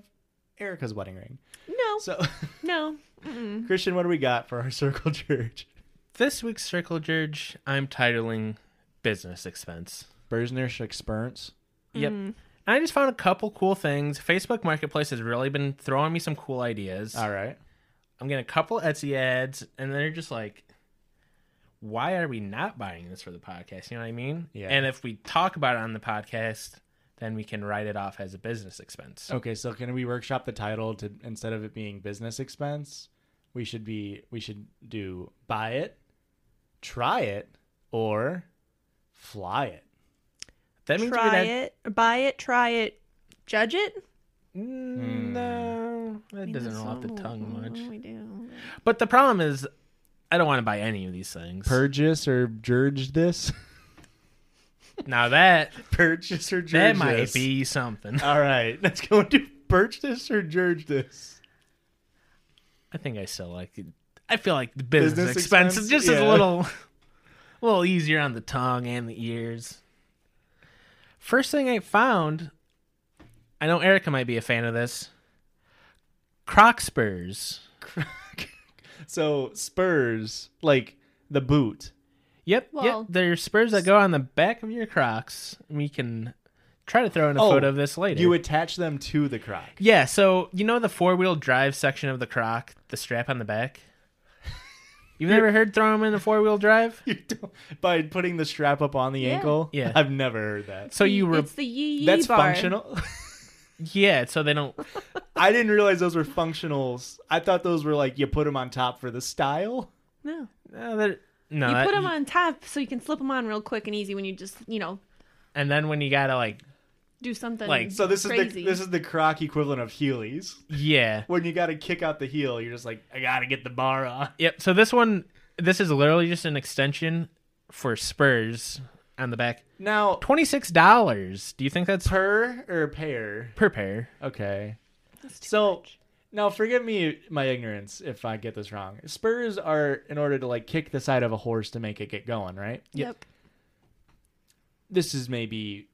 Speaker 1: Erica's wedding ring.
Speaker 3: No,
Speaker 1: So.
Speaker 3: no. Mm-mm.
Speaker 1: Christian, what do we got for our circle church?
Speaker 2: This week's Circle Judge, I'm titling Business Expense.
Speaker 1: Bursnish experience.
Speaker 2: Yep.
Speaker 3: Mm.
Speaker 2: And I just found a couple cool things. Facebook Marketplace has really been throwing me some cool ideas.
Speaker 1: All right.
Speaker 2: I'm getting a couple Etsy ads, and they're just like, why are we not buying this for the podcast? You know what I mean?
Speaker 1: Yeah.
Speaker 2: And if we talk about it on the podcast, then we can write it off as a business expense.
Speaker 1: Okay, so can we workshop the title to instead of it being business expense, we should be we should do buy it, try it, or fly it.
Speaker 2: That means
Speaker 3: Try
Speaker 2: we'd have,
Speaker 3: it, buy it, try it, judge it.
Speaker 2: Mm, No, that
Speaker 3: I mean,
Speaker 2: doesn't
Speaker 3: that's
Speaker 2: roll off the
Speaker 3: so-
Speaker 2: tongue much.
Speaker 3: We do.
Speaker 2: But the problem is, I don't want to buy any of these things.
Speaker 1: Purchase or jurge this.
Speaker 2: now that
Speaker 1: Purchase or jurge
Speaker 2: that might
Speaker 1: this.
Speaker 2: be something.
Speaker 1: All right, let's go and do purge this or jurge this.
Speaker 2: I think I still like. It. I feel like the business,
Speaker 1: Business
Speaker 2: expense,
Speaker 1: expense?
Speaker 2: just is a
Speaker 1: Yeah.
Speaker 2: little, a little easier on the tongue and the ears. First thing I found, I know Erica might be a fan of this. Croc spurs.
Speaker 1: So spurs like the boot.
Speaker 2: Yep,
Speaker 3: Well-
Speaker 2: yep. They're spurs that go on the back of your Crocs. We can try to throw in a
Speaker 1: Oh,
Speaker 2: photo of this later.
Speaker 1: You attach them to the croc.
Speaker 2: Yeah, so you know the four wheel drive section of the Croc, the strap on the back? You've never heard throw them in a four wheel drive?
Speaker 1: You don't, by putting the strap up on the
Speaker 3: Yeah.
Speaker 1: ankle.
Speaker 2: Yeah.
Speaker 1: I've never heard that.
Speaker 2: So you were
Speaker 3: It's the yee yee
Speaker 1: That's
Speaker 3: bar.
Speaker 1: functional.
Speaker 2: yeah, so they don't
Speaker 1: I didn't realize those were functionals. I thought those were like you put them on top for the style.
Speaker 3: No,
Speaker 2: no, uh, they're, no
Speaker 3: you
Speaker 2: that-
Speaker 3: put them on top so you can slip them on real quick and easy when you just you know
Speaker 2: and then when you gotta like
Speaker 3: do something
Speaker 2: Like,
Speaker 1: So this is
Speaker 3: crazy.
Speaker 1: the this is the croc equivalent of Heelys.
Speaker 2: yeah,
Speaker 1: When you got to kick out the heel, you're just like I got to get the bar on.
Speaker 2: yep. So this one, this is literally just an extension for spurs on the back.
Speaker 1: Now
Speaker 2: Twenty six dollars. Do you think that's per,
Speaker 1: per or pair?
Speaker 2: per pair?
Speaker 1: Okay. So now forgive me my ignorance if I get this wrong. Spurs are in order to like kick the side of a horse to make it get going, right?
Speaker 3: yep.
Speaker 1: this is maybe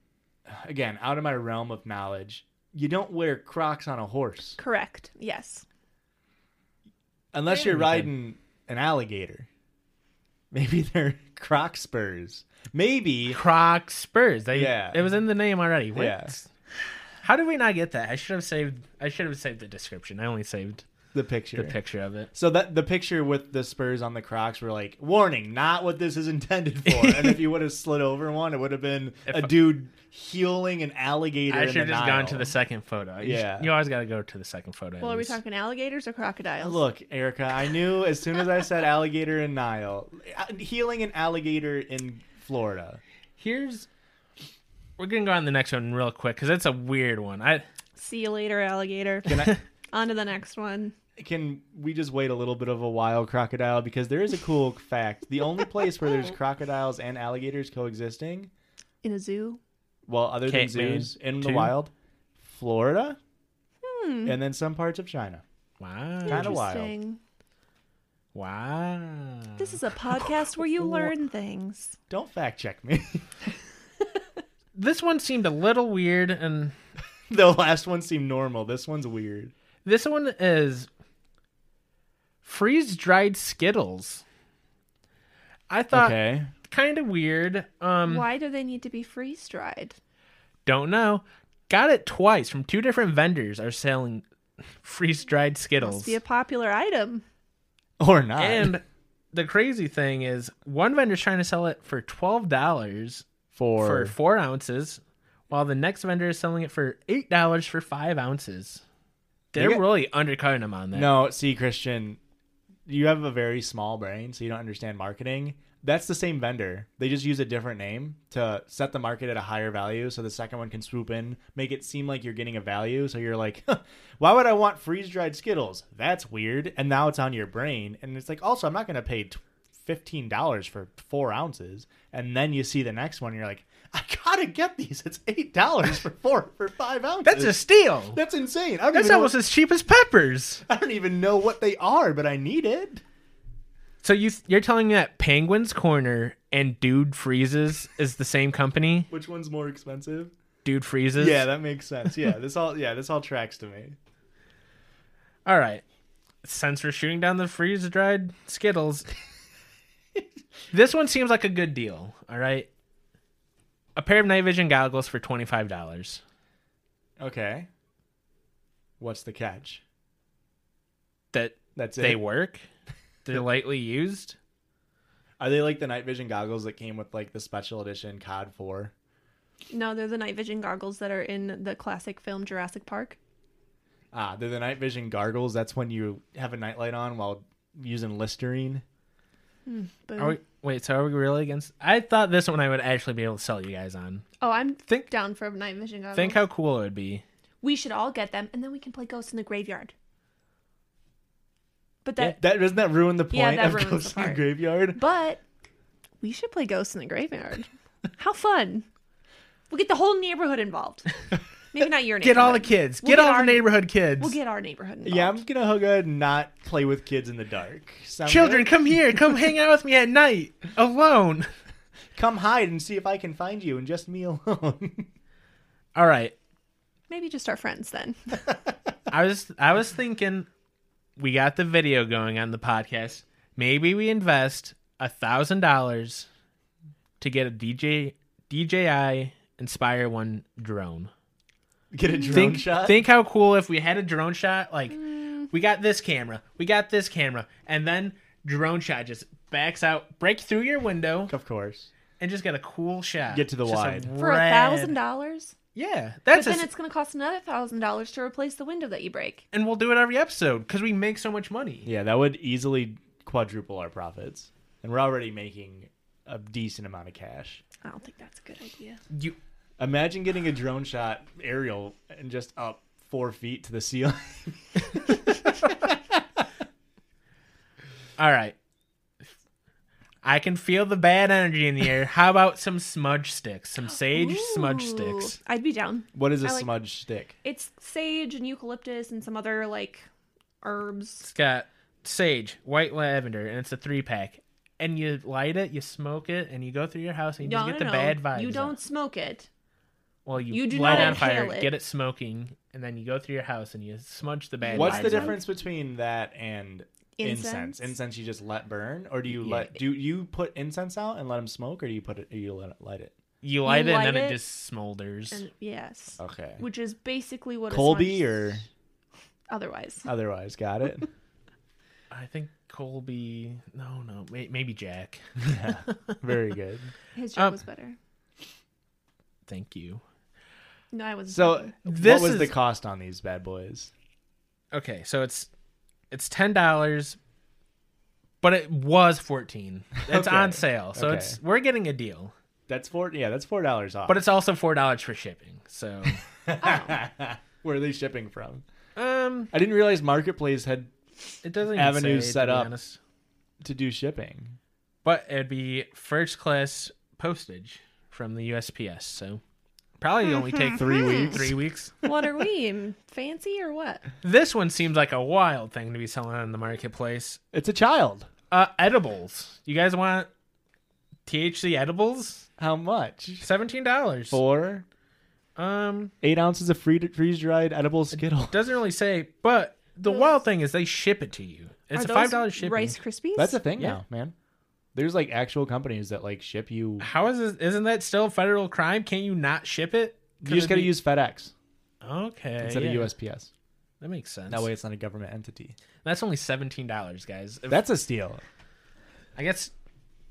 Speaker 1: again out of my realm of knowledge you don't wear crocs on a horse
Speaker 3: Correct. Yes.
Speaker 1: unless you're
Speaker 2: Okay.
Speaker 1: riding an alligator maybe they're croc spurs maybe
Speaker 2: Croc spurs. They,
Speaker 1: Yeah.
Speaker 2: it was in the name already. What?
Speaker 1: Yeah.
Speaker 2: How did we not get that? I should have saved. I should have saved the description. I only saved
Speaker 1: the picture
Speaker 2: the picture of it.
Speaker 1: so that the picture with the spurs on the crocs were like warning not what this is intended for and if you would have slid over one it would have been
Speaker 2: If
Speaker 1: a
Speaker 2: I-
Speaker 1: dude healing an alligator
Speaker 2: I
Speaker 1: in
Speaker 2: should have
Speaker 1: the
Speaker 2: just
Speaker 1: Nile.
Speaker 2: gone to the second photo. You sh-
Speaker 1: Yeah.
Speaker 2: you always got to go to the second photo. at
Speaker 3: Well, are we
Speaker 2: least.
Speaker 3: talking alligators or crocodiles?
Speaker 1: Look, Erica, I knew as soon as I said alligator in Nile, healing an alligator in Florida.
Speaker 2: Here's we're gonna go on the next one real quick because it's a weird one. I
Speaker 3: See you later, alligator.
Speaker 1: Can I,
Speaker 3: on to the next one.
Speaker 1: can we just wait a little bit of a while, crocodile? Because there is a cool fact. The only place where there's crocodiles and alligators coexisting,
Speaker 3: In a zoo.
Speaker 1: well, other than
Speaker 2: Cape Moon
Speaker 1: zoos in the
Speaker 2: two?
Speaker 1: wild, Florida, and then some parts of China.
Speaker 2: wow
Speaker 1: Kinda wild.
Speaker 3: Interesting.
Speaker 2: wow.
Speaker 3: This is a podcast where you learn things.
Speaker 1: Don't fact check me.
Speaker 2: this one seemed a little weird, and
Speaker 1: the last one seemed normal. This one's weird.
Speaker 2: this one is freeze dried Skittles. I thought
Speaker 1: Okay.
Speaker 2: kind of weird.
Speaker 1: Hmm.
Speaker 2: Um,
Speaker 3: Why do they need to be freeze dried?
Speaker 2: don't know. Got it twice from two different vendors are selling freeze dried Skittles.
Speaker 3: Must be a popular item.
Speaker 1: Or not.
Speaker 2: And the crazy thing is, one vendor's trying to sell it for twelve dollars
Speaker 1: for,
Speaker 2: for four ounces, while the next vendor is selling it for eight dollars for five ounces. They're
Speaker 1: They get-
Speaker 2: really undercutting them on that.
Speaker 1: No, see, Christian, you have a very small brain, so you don't understand marketing. That's the same vendor. They just use a different name to set the market at a higher value so the second one can swoop in, make it seem like you're getting a value. So you're like, why would I want freeze dried Skittles? That's weird. And now it's on your brain. And it's like, also, I'm not going to pay t- $15 for four ounces. And then you see the next one, you're like, I got to get these. It's $8 for four, for five ounces.
Speaker 2: that's a steal.
Speaker 1: That's insane. I don't
Speaker 2: that's
Speaker 1: even know-
Speaker 2: almost as cheap as peppers.
Speaker 1: I don't even know what they are, but I need it.
Speaker 2: So you you're telling me that Penguin's Corner and Dude Freezes is the same company?
Speaker 1: Which one's more expensive?
Speaker 2: Dude Freezes.
Speaker 1: Yeah, that makes sense. Yeah, this all yeah, this all tracks to me.
Speaker 2: All right. Since we're shooting down the freeze dried Skittles, this one seems like a good deal. All right. A pair of night vision goggles for $25.
Speaker 1: Okay. What's the catch?
Speaker 2: That
Speaker 1: That's it.
Speaker 2: they work, they're lightly used.
Speaker 1: Are they like the night vision goggles that came with like the special edition COD 4?
Speaker 3: No, they're the night vision goggles that are in the classic film Jurassic Park.
Speaker 1: Ah, they're the night vision goggles. That's when you have a nightlight on while using Listerine.
Speaker 3: Boom.
Speaker 2: Are
Speaker 1: Oh,
Speaker 2: we, wait, so are we really against? I thought this one I would actually be able to sell you guys on.
Speaker 3: oh, I'm
Speaker 2: Think-
Speaker 3: down for night vision goggles.
Speaker 2: Think how cool it would be.
Speaker 3: we should all get them, and then we can play Ghosts in the Graveyard. But that,
Speaker 1: That doesn't that ruin the point
Speaker 3: Yeah, that
Speaker 1: of
Speaker 3: ruins
Speaker 1: Ghost
Speaker 3: the
Speaker 1: in the
Speaker 3: part.
Speaker 1: Graveyard?
Speaker 3: but we should play Ghosts in the Graveyard. how fun! We'll get the whole neighborhood involved. Maybe not your neighborhood.
Speaker 2: Get all the kids.
Speaker 3: We'll
Speaker 2: get,
Speaker 3: get
Speaker 2: all
Speaker 3: our-
Speaker 2: the neighborhood kids.
Speaker 3: We'll get our neighborhood involved.
Speaker 1: Yeah, I'm gonna hug a not play with kids in the dark. Sound
Speaker 2: Children,
Speaker 1: good?
Speaker 2: come here. Come hang out with me at night alone.
Speaker 1: come hide and see if I can find you and just me alone.
Speaker 2: All right.
Speaker 3: Maybe just our friends then.
Speaker 2: I was I was thinking we got the video going on the podcast. Maybe we invest a thousand dollars to get a DJ DJI Inspire One drone.
Speaker 1: Get a drone
Speaker 2: think
Speaker 1: shot.
Speaker 2: think how cool if we had a drone shot. Like
Speaker 3: Mm.
Speaker 2: we got this camera, we got this camera, and then drone shot just backs out, break through your window,
Speaker 1: of course.
Speaker 2: and just get a cool shot.
Speaker 1: Get to the
Speaker 2: Just a
Speaker 1: wide.
Speaker 3: For a
Speaker 2: red-
Speaker 3: thousand dollars?
Speaker 2: Yeah,
Speaker 3: But
Speaker 2: that's
Speaker 3: then
Speaker 2: a-
Speaker 3: it's gonna cost another thousand dollars to replace the window that you break.
Speaker 2: and we'll do it every episode because we make so much money.
Speaker 1: Yeah, that would easily quadruple our profits, and we're already making a decent amount of cash.
Speaker 3: I don't think that's a good idea.
Speaker 2: You
Speaker 1: Imagine getting a drone shot aerial and just up four feet to the ceiling.
Speaker 2: All right. I can feel the bad energy in the air. How about some smudge sticks? Some sage smudge sticks.
Speaker 3: Ooh, I'd be down.
Speaker 1: What is a
Speaker 3: I like-
Speaker 1: smudge stick?
Speaker 3: It's sage and eucalyptus and some other like herbs.
Speaker 2: It's got sage, white lavender, and it's a three pack. And you light it, you smoke it, and you go through your house and you
Speaker 3: No, no,
Speaker 2: just get the
Speaker 3: no.
Speaker 2: bad vibes.
Speaker 3: You
Speaker 2: out.
Speaker 3: don't smoke it.
Speaker 2: Well, you,
Speaker 3: you do
Speaker 2: light
Speaker 3: not
Speaker 2: it on fire,
Speaker 3: inhale it.
Speaker 2: get it smoking, and then you go through your house and you smudge the bad.
Speaker 1: What's
Speaker 2: vibes
Speaker 1: the
Speaker 2: out.
Speaker 1: difference between that and incense?
Speaker 3: Incense?
Speaker 1: Incense you just let burn, or do you
Speaker 2: Yeah.
Speaker 1: let do you put incense out and let them smoke, or do you put it or you let it light it?
Speaker 2: You light it,
Speaker 3: light
Speaker 2: and then
Speaker 3: it,
Speaker 2: it just smolders.
Speaker 3: And yes,
Speaker 1: Okay.
Speaker 3: which is basically what a
Speaker 1: Colby
Speaker 3: sponge-
Speaker 1: or
Speaker 2: Uh,
Speaker 3: otherwise.
Speaker 1: otherwise, got it.
Speaker 2: I think Colby. No, no, may, maybe Jack.
Speaker 1: yeah, very good.
Speaker 3: His joke
Speaker 2: Um,
Speaker 3: was better.
Speaker 2: Thank you.
Speaker 3: No, I wasn't.
Speaker 1: So,
Speaker 3: talking.
Speaker 2: This
Speaker 1: what was the
Speaker 2: is-
Speaker 1: cost on these bad boys?
Speaker 2: Okay, so it's it's ten dollars, but it was fourteen. It's
Speaker 1: Okay,
Speaker 2: on sale, so it's
Speaker 1: okay.
Speaker 2: we're getting a deal.
Speaker 1: That's four. Yeah, that's four dollars off.
Speaker 2: But it's also four dollars for shipping. So,
Speaker 3: Oh,
Speaker 1: where are they shipping from?
Speaker 2: um,
Speaker 1: I didn't realize Marketplace had
Speaker 2: it doesn't even
Speaker 1: Avenues
Speaker 2: say, to
Speaker 1: set
Speaker 2: be
Speaker 1: up.
Speaker 2: honest.
Speaker 1: to do shipping.
Speaker 2: but it'd be first class postage from the USPS. So probably only take
Speaker 1: Three weeks.
Speaker 2: three weeks.
Speaker 3: what are we fancy or what?
Speaker 2: This one seems like a wild thing to be selling on the marketplace.
Speaker 1: It's a child.
Speaker 2: Uh, edibles. You guys want THC edibles?
Speaker 1: How much?
Speaker 2: Seventeen dollars.
Speaker 1: Four,
Speaker 2: Um.
Speaker 1: eight ounces of free, freeze-dried edible Skittle.
Speaker 2: Doesn't really say, but the
Speaker 3: Those-
Speaker 2: wild thing is they ship it to you. It's
Speaker 3: Are
Speaker 2: a
Speaker 3: those
Speaker 2: five dollars shipping.
Speaker 3: Rice Krispies.
Speaker 1: That's a thing
Speaker 2: Yeah.
Speaker 1: now, man. There's like actual companies that like ship you.
Speaker 2: How is this? Isn't that still federal crime? Can't you not ship it?
Speaker 1: You just got to use FedEx
Speaker 2: okay
Speaker 1: instead
Speaker 2: yeah.
Speaker 1: of USPS.
Speaker 2: That makes sense.
Speaker 1: That way, it's not a government entity.
Speaker 2: that's only seventeen dollars, guys. If-
Speaker 1: That's a steal.
Speaker 2: I guess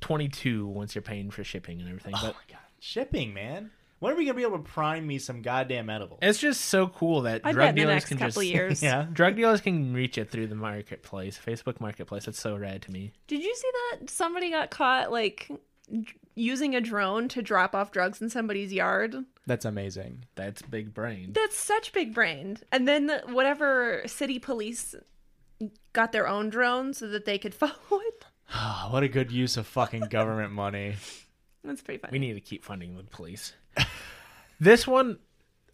Speaker 2: twenty two once you're paying for shipping and everything.
Speaker 1: Oh my
Speaker 2: But
Speaker 1: god, shipping, man. When are we gonna be able to prime me some goddamn edible?
Speaker 2: it's just so cool that
Speaker 3: I bet
Speaker 2: drug
Speaker 3: in the
Speaker 2: dealers
Speaker 3: next
Speaker 2: can
Speaker 3: couple
Speaker 2: just
Speaker 3: years.
Speaker 1: Yeah.
Speaker 2: drug dealers can reach it through the marketplace, Facebook Marketplace. That's so rad to me.
Speaker 3: Did you see that somebody got caught like d- using a drone to drop off drugs in somebody's yard?
Speaker 1: That's amazing.
Speaker 2: That's big brain.
Speaker 3: That's such big brained. And then the- whatever city police got their own drone so that they could follow it.
Speaker 1: Ah, what a good use of fucking government money.
Speaker 3: That's pretty funny.
Speaker 2: We need to keep funding the police. this one,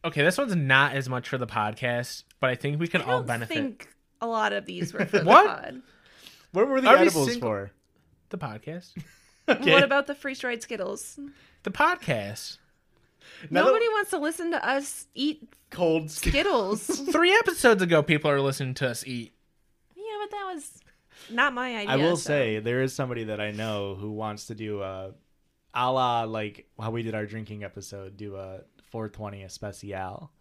Speaker 2: okay, this one's not as much for the podcast, but I think we can
Speaker 3: I
Speaker 2: all
Speaker 3: don't
Speaker 2: benefit
Speaker 3: think a lot of these were for the
Speaker 2: What?
Speaker 3: pod.
Speaker 1: What were the
Speaker 2: Every
Speaker 1: edibles
Speaker 2: single-
Speaker 1: for?
Speaker 2: the podcast.
Speaker 1: Okay.
Speaker 3: What about the freeze dried Skittles?
Speaker 2: The podcast.
Speaker 1: Now that-
Speaker 3: Nobody wants to listen to us eat
Speaker 1: cold Skittles?
Speaker 3: Skittles. yeah,
Speaker 2: Three episodes ago, people are listening to us eat.
Speaker 3: but that was not my idea.
Speaker 1: I will
Speaker 3: so-
Speaker 1: say there is somebody that I know who wants to do a, a la like how we did our drinking episode, do a 420 especial.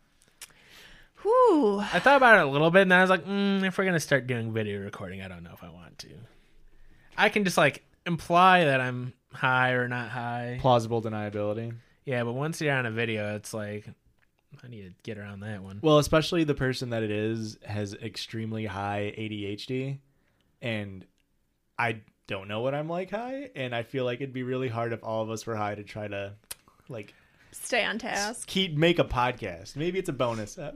Speaker 3: Whew.
Speaker 2: I thought about it a little bit, and then I was like, mm, if we're gonna start doing video recording, I don't know if I want to. I can just like imply that I'm high or not high.
Speaker 1: Plausible deniability.
Speaker 2: Yeah, but once you're on a video, it's like I need to get around that one.
Speaker 1: Well, especially the person that it is has extremely high ADHD, and I don't know what I'm like high, and I feel like it'd be really hard if all of us were high to try to like
Speaker 3: Stay on task.
Speaker 1: keep make a podcast. Maybe it's a bonus. Uh,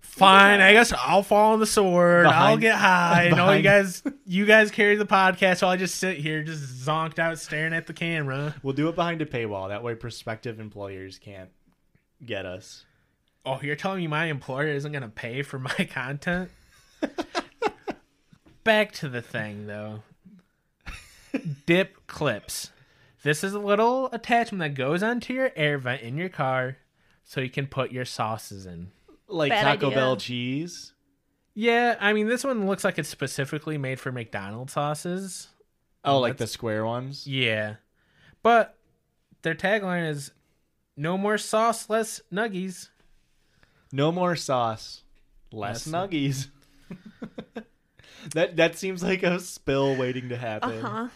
Speaker 2: Fine, I guess I'll fall on the sword. I'll
Speaker 1: Behind-
Speaker 2: get high. And all you
Speaker 1: behind-
Speaker 2: guys, you guys carry the podcast while I just sit here, just zonked out, staring at the camera.
Speaker 1: we'll do it behind a paywall. That way, prospective employers can't get us.
Speaker 2: Oh, you're telling me my employer isn't going to pay for my content? Back to the thing, though. Dip clips. This is a little attachment that goes onto your air vent in your car so you can put your sauces in.
Speaker 1: Like
Speaker 3: Bad
Speaker 1: Taco
Speaker 3: idea.
Speaker 1: Bell cheese.
Speaker 2: Yeah, I mean, this one looks like it's specifically made for McDonald's sauces.
Speaker 1: Oh, like the
Speaker 2: that's-
Speaker 1: square ones.
Speaker 2: Yeah. But their tagline is no more sauce, less nuggies.
Speaker 1: No more sauce, less
Speaker 2: Less-
Speaker 1: nuggies. that that seems like a spill waiting to
Speaker 3: Uh
Speaker 1: happen.
Speaker 3: huh.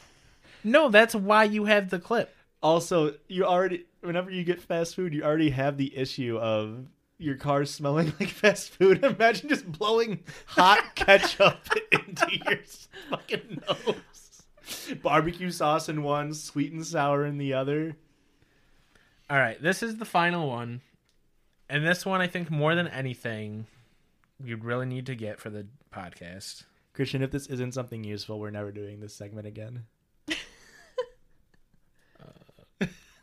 Speaker 2: No, that's why you have the clip.
Speaker 1: Also, you already whenever you get fast food, you already have the issue of your car smelling like fast food. Imagine just blowing hot ketchup into your fucking nose. Barbecue sauce in one, sweet and sour in the other.
Speaker 2: All right, this is the final one. And this one, I think, more than anything, we really need to get for the podcast.
Speaker 1: Christian, if this isn't something useful, we're never doing this segment again.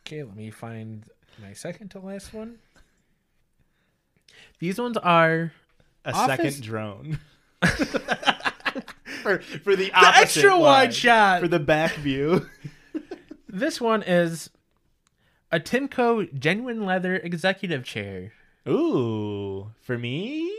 Speaker 2: Okay, let me find my second to last one. These ones are
Speaker 1: A
Speaker 2: Office-
Speaker 1: second drone. for, for the,
Speaker 2: the
Speaker 1: opposite
Speaker 2: extra
Speaker 1: wide.
Speaker 2: wide shot.
Speaker 1: For the back view.
Speaker 2: This one is a Timco genuine leather executive chair.
Speaker 1: Ooh, for me?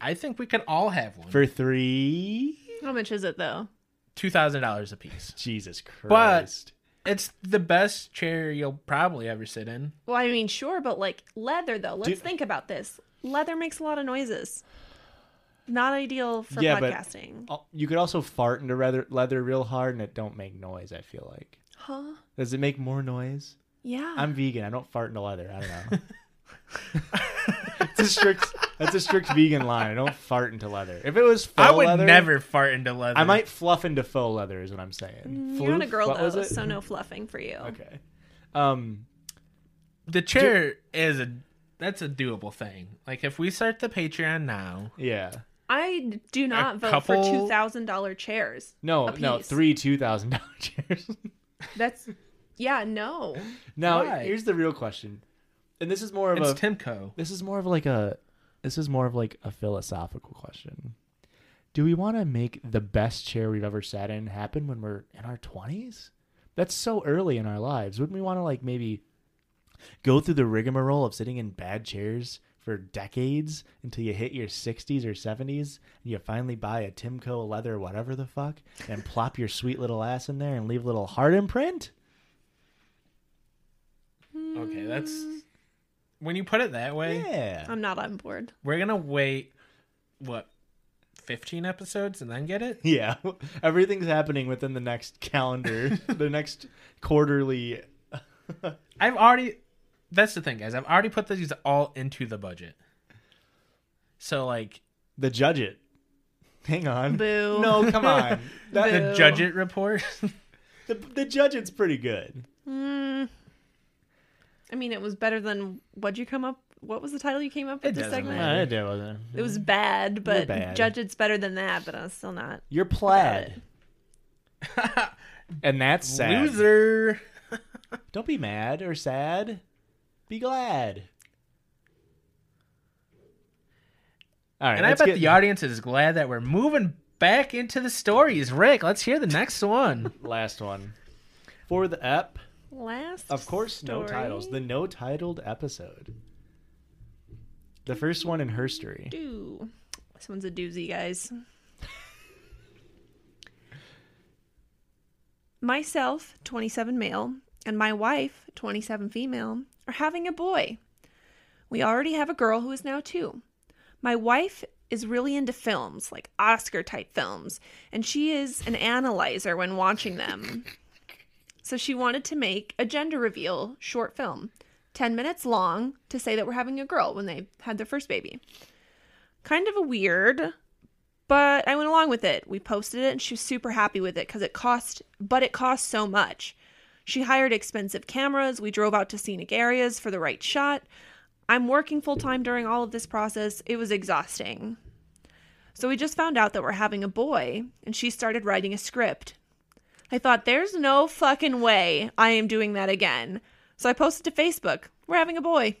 Speaker 2: I think we can all have one
Speaker 1: For three?
Speaker 3: How much is it though?
Speaker 2: two thousand dollars a piece.
Speaker 1: Jesus Christ.
Speaker 2: Christ. It's the best chair you'll probably ever sit in.
Speaker 3: Well, I mean, sure, but like leather though. Let's
Speaker 1: Dude-
Speaker 3: think about this. Leather makes a lot of noises. Not ideal for
Speaker 1: Yeah, but-
Speaker 3: podcasting.
Speaker 1: uh, you could also fart into leather, leather real hard and it don't make noise, I feel like.
Speaker 3: Huh?
Speaker 1: Does it make more noise?
Speaker 3: Yeah.
Speaker 1: I'm vegan. I don't fart into leather. I don't know. it's a strict, that's a strict vegan line. I don't fart into leather. If it was faux
Speaker 2: I would
Speaker 1: leather,
Speaker 2: never fart into leather.
Speaker 1: I might fluff into faux leather, is what I'm saying.
Speaker 3: Mm, You're not a
Speaker 1: Floof?
Speaker 3: girl
Speaker 1: What was
Speaker 3: though,
Speaker 1: it?
Speaker 3: so no fluffing for you.
Speaker 1: Okay. Um,
Speaker 2: The chair is a that's a doable thing. Like if we start the Patreon now,
Speaker 1: yeah.
Speaker 3: I do not vote
Speaker 2: couple-
Speaker 3: for two thousand dollar chairs.
Speaker 1: No,
Speaker 3: A
Speaker 1: no,
Speaker 3: piece.
Speaker 1: three two thousand dollar chairs.
Speaker 3: That's yeah, no.
Speaker 1: now
Speaker 2: Why?
Speaker 1: here's the real question, and this is more of
Speaker 2: it's
Speaker 1: a
Speaker 2: Timco.
Speaker 1: this is more of like a this is more of like a philosophical question. Do we want to make the best chair we've ever sat in happen when we're in our twenties? That's so early in our lives. Wouldn't we want to like maybe go through the rigmarole of sitting in bad chairs for decades until you hit your 60s or 70s and you finally buy a Timco leather whatever the fuck and plop your sweet little ass in there and leave a little heart imprint?
Speaker 2: Okay, that's when you put it that way,
Speaker 1: Yeah.
Speaker 3: I'm not on board.
Speaker 2: we're gonna wait what fifteen episodes and then get it?
Speaker 1: Yeah. Everything's happening within the next calendar, the next quarterly
Speaker 2: I've already. That's the thing, guys. I've already put these all into the budget. So like
Speaker 1: the judge it. Hang on.
Speaker 3: Boo.
Speaker 1: No, come on. That-
Speaker 2: the
Speaker 3: Boo.
Speaker 2: judge it report.
Speaker 1: the, the judge it's pretty good.
Speaker 3: Mm. I mean, it was better than what'd you come up? What was the title you came up with
Speaker 2: It
Speaker 3: this
Speaker 2: doesn't
Speaker 3: segment?
Speaker 2: matter.
Speaker 1: did wasn't.
Speaker 3: It was bad, but
Speaker 1: bad.
Speaker 3: judge it's better than that. But I'm still not.
Speaker 1: You're plaid. and that's sad.
Speaker 2: Loser.
Speaker 1: Don't be mad or sad. Be glad. All right.
Speaker 2: And I
Speaker 1: let's
Speaker 2: bet
Speaker 1: get-
Speaker 2: the audience is glad that we're moving back into the stories. Rick, let's hear the next one.
Speaker 1: last one for the ep.
Speaker 3: Last,
Speaker 1: Of course, no
Speaker 3: story.
Speaker 1: titles. The no titled episode. The first one in history.
Speaker 3: do. This one's a doozy, guys. Myself, 27 male, and my wife, 27 female, are having a boy. We already have a girl who is now two. My wife is really into films, like Oscar type films, and she is an analyzer when watching them. So she wanted to make a gender reveal short film, 10 minutes long, to say that we're having a girl when they had their first baby kind of a weird But I went along with it. We posted it and she was super happy with it because it cost, but it cost so much. She hired expensive cameras. We drove out to scenic areas for the right shot. I'm working full time during all of this process. It was exhausting. So we just found out that we're having a boy and she started writing a script. I thought, there's no fucking way I am doing that again. So I posted to Facebook, we're having a boy.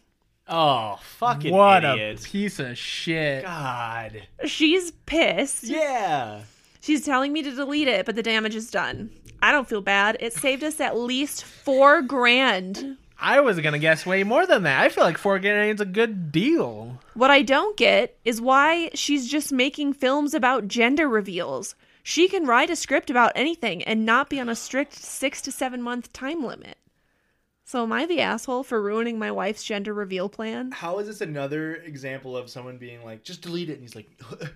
Speaker 1: Oh, fucking
Speaker 2: what
Speaker 1: idiot.
Speaker 2: a piece of shit.
Speaker 1: God.
Speaker 3: She's pissed.
Speaker 1: Yeah.
Speaker 3: She's telling me to delete it, but the damage is done. I don't feel bad. It saved us at least four grand.
Speaker 2: I was gonna guess way more than that. I feel like four grand's a good deal.
Speaker 3: What I don't get is why she's just making films about gender reveals. She can write a script about anything and not be on a strict six to seven month time limit. So am I the asshole for ruining my wife's gender reveal plan?
Speaker 1: How is this another example of someone being like, just delete it? And he's like,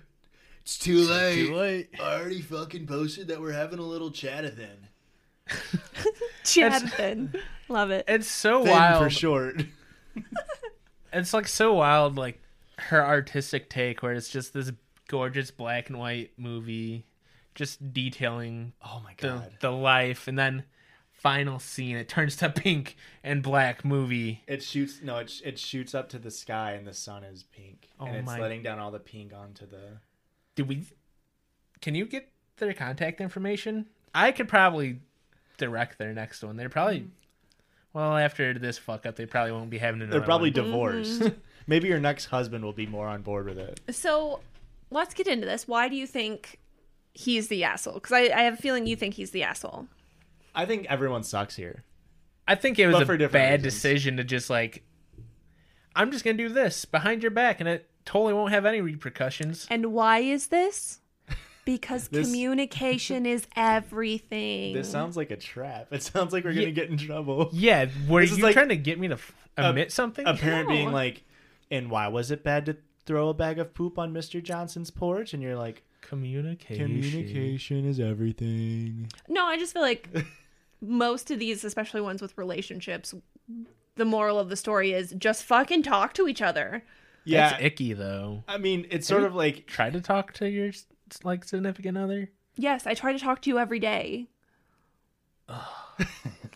Speaker 1: it's too late.
Speaker 2: late.
Speaker 1: I already fucking posted that we're having a little chat then.
Speaker 3: Jonathan. Love it.
Speaker 2: It's so
Speaker 1: Thin
Speaker 2: wild.
Speaker 1: for short.
Speaker 2: It's like so wild, like her artistic take, where it's just this gorgeous black and white movie, just detailing
Speaker 1: Oh my
Speaker 2: the
Speaker 1: god.
Speaker 2: the life, and then final scene it turns to pink and black movie.
Speaker 1: It shoots no, it, sh- it shoots up to the sky and the sun is pink,
Speaker 2: Oh
Speaker 1: and it's
Speaker 2: my-
Speaker 1: letting down all the pink onto the.
Speaker 2: Did we? Can you get their contact information? I could probably direct their next one. They're probably. Well, after this fuck up, they probably won't be having another.
Speaker 1: They're probably "Mm-hmm."
Speaker 2: one.
Speaker 1: divorced. Maybe your next husband will be more on board with it.
Speaker 3: So let's get into this. Why do you think he's the asshole? Because I, I have a feeling you think he's the asshole.
Speaker 1: I think everyone sucks here.
Speaker 2: I think it was
Speaker 1: But
Speaker 2: a
Speaker 1: for
Speaker 2: bad
Speaker 1: different reasons.
Speaker 2: decision to just like, I'm just gonna do this behind your back, and it totally won't have any repercussions.
Speaker 3: And why is this? Because
Speaker 1: This-
Speaker 3: communication is everything.
Speaker 1: This sounds like a trap. It sounds like we're gonna
Speaker 2: Ye-
Speaker 1: get in trouble.
Speaker 2: Yeah, were
Speaker 1: This is
Speaker 2: you
Speaker 1: like-
Speaker 2: trying to get me to f- admit something?
Speaker 1: A parent being
Speaker 3: No.
Speaker 1: like, "And why was it bad to throw a bag of poop on Mister Johnson's porch?" And you're like,
Speaker 2: communication.
Speaker 1: "Communication is everything."
Speaker 3: no, I just feel like most of these, especially ones with relationships, the moral of the story is just fucking talk to each other.
Speaker 1: Yeah,
Speaker 2: That's icky though.
Speaker 1: I mean, it's sort of like
Speaker 2: Try to talk to your s- like significant other.
Speaker 3: Yes, I try to talk to you every day.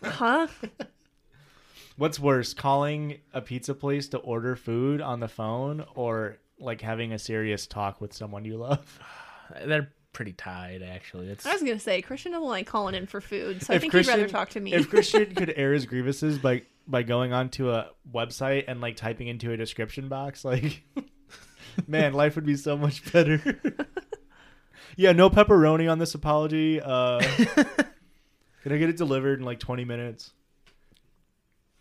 Speaker 3: huh?
Speaker 1: what's worse, calling a pizza place to order food on the phone, or like having a serious talk with someone you love.
Speaker 2: They're pretty tied actually. It's
Speaker 3: I was gonna say Christian doesn't like calling in for food, so I think he'd rather talk to me.
Speaker 1: if Christian could air his grievances by by going onto a website and like typing into a description box, like, man, life would be so much better. yeah, no pepperoni on this apology. Uh, can I get it delivered in like twenty minutes?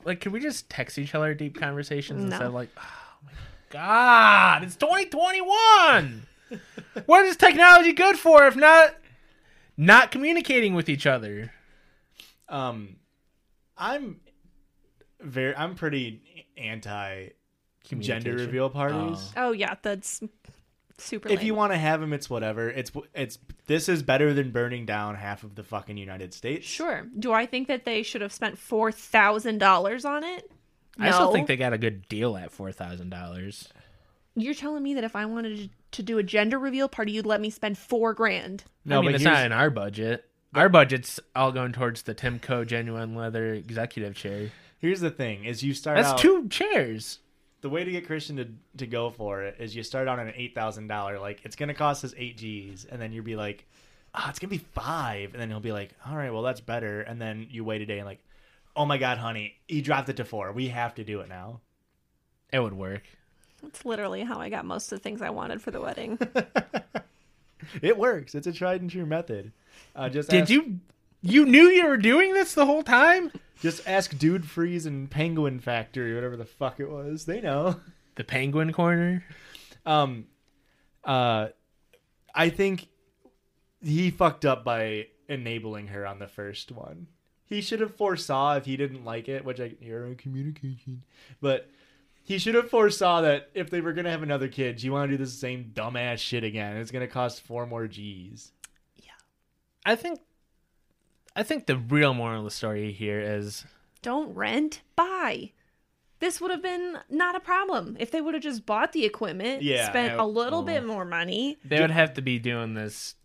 Speaker 2: like, can we just text each other deep conversations
Speaker 3: No.
Speaker 2: instead of like, oh my god, it's 2021. what is technology good for if not not communicating with each other?
Speaker 1: Um, I'm very, I'm pretty anti gender
Speaker 2: Communication.
Speaker 1: reveal parties.
Speaker 2: Oh.
Speaker 3: oh yeah, that's super.
Speaker 1: if
Speaker 3: lame.
Speaker 1: you want to have them, it's whatever. It's it's this is better than burning down half of the fucking United States.
Speaker 3: Sure. Do I think that they should have spent four thousand dollars on it?
Speaker 2: I still
Speaker 3: No.
Speaker 2: think they got a good deal at four thousand dollars.
Speaker 3: You're telling me that if I wanted to- to do a gender reveal party, you'd let me spend four grand?
Speaker 1: No,
Speaker 2: I mean,
Speaker 1: but
Speaker 2: it's
Speaker 1: here's-
Speaker 2: not in our budget. Our budget's all going towards the Timco Genuine Leather Executive Chair.
Speaker 1: Here's the thing: is you start
Speaker 2: That's
Speaker 1: out,
Speaker 2: two chairs.
Speaker 1: the way to get Christian to, to go for it is you start on an eight thousand dollar like it's gonna cost us eight G's, and then you'll be like, ah, it's gonna be five, and then he'll be like, all right, well that's better, and then you wait a day and like, oh my god, honey, he dropped it to four, we have to do it now.
Speaker 2: It would work.
Speaker 3: That's literally how I got most of the things I wanted for the wedding.
Speaker 1: It works. It's a tried and true method. Uh, just
Speaker 2: Did
Speaker 1: ask,
Speaker 2: you? You knew you were doing this the whole time.
Speaker 1: just ask Dude Freeze and Penguin Factory, whatever the fuck it was. They know.
Speaker 2: The Penguin Corner.
Speaker 1: um uh i think he fucked up by enabling her on the first one he should have foresaw if he didn't like it which i you're in communication but he should have foresaw that if they were gonna have another kid you want to do the same dumbass shit again it's gonna cost four more g's
Speaker 2: I think. I think the real moral of the story here is
Speaker 3: Don't rent, buy. this would have been not a problem if they would have just bought the equipment,
Speaker 1: Yeah, uh-huh.
Speaker 3: spent
Speaker 2: I-
Speaker 3: a little
Speaker 2: oh.
Speaker 3: bit more money.
Speaker 2: They would have to be doing this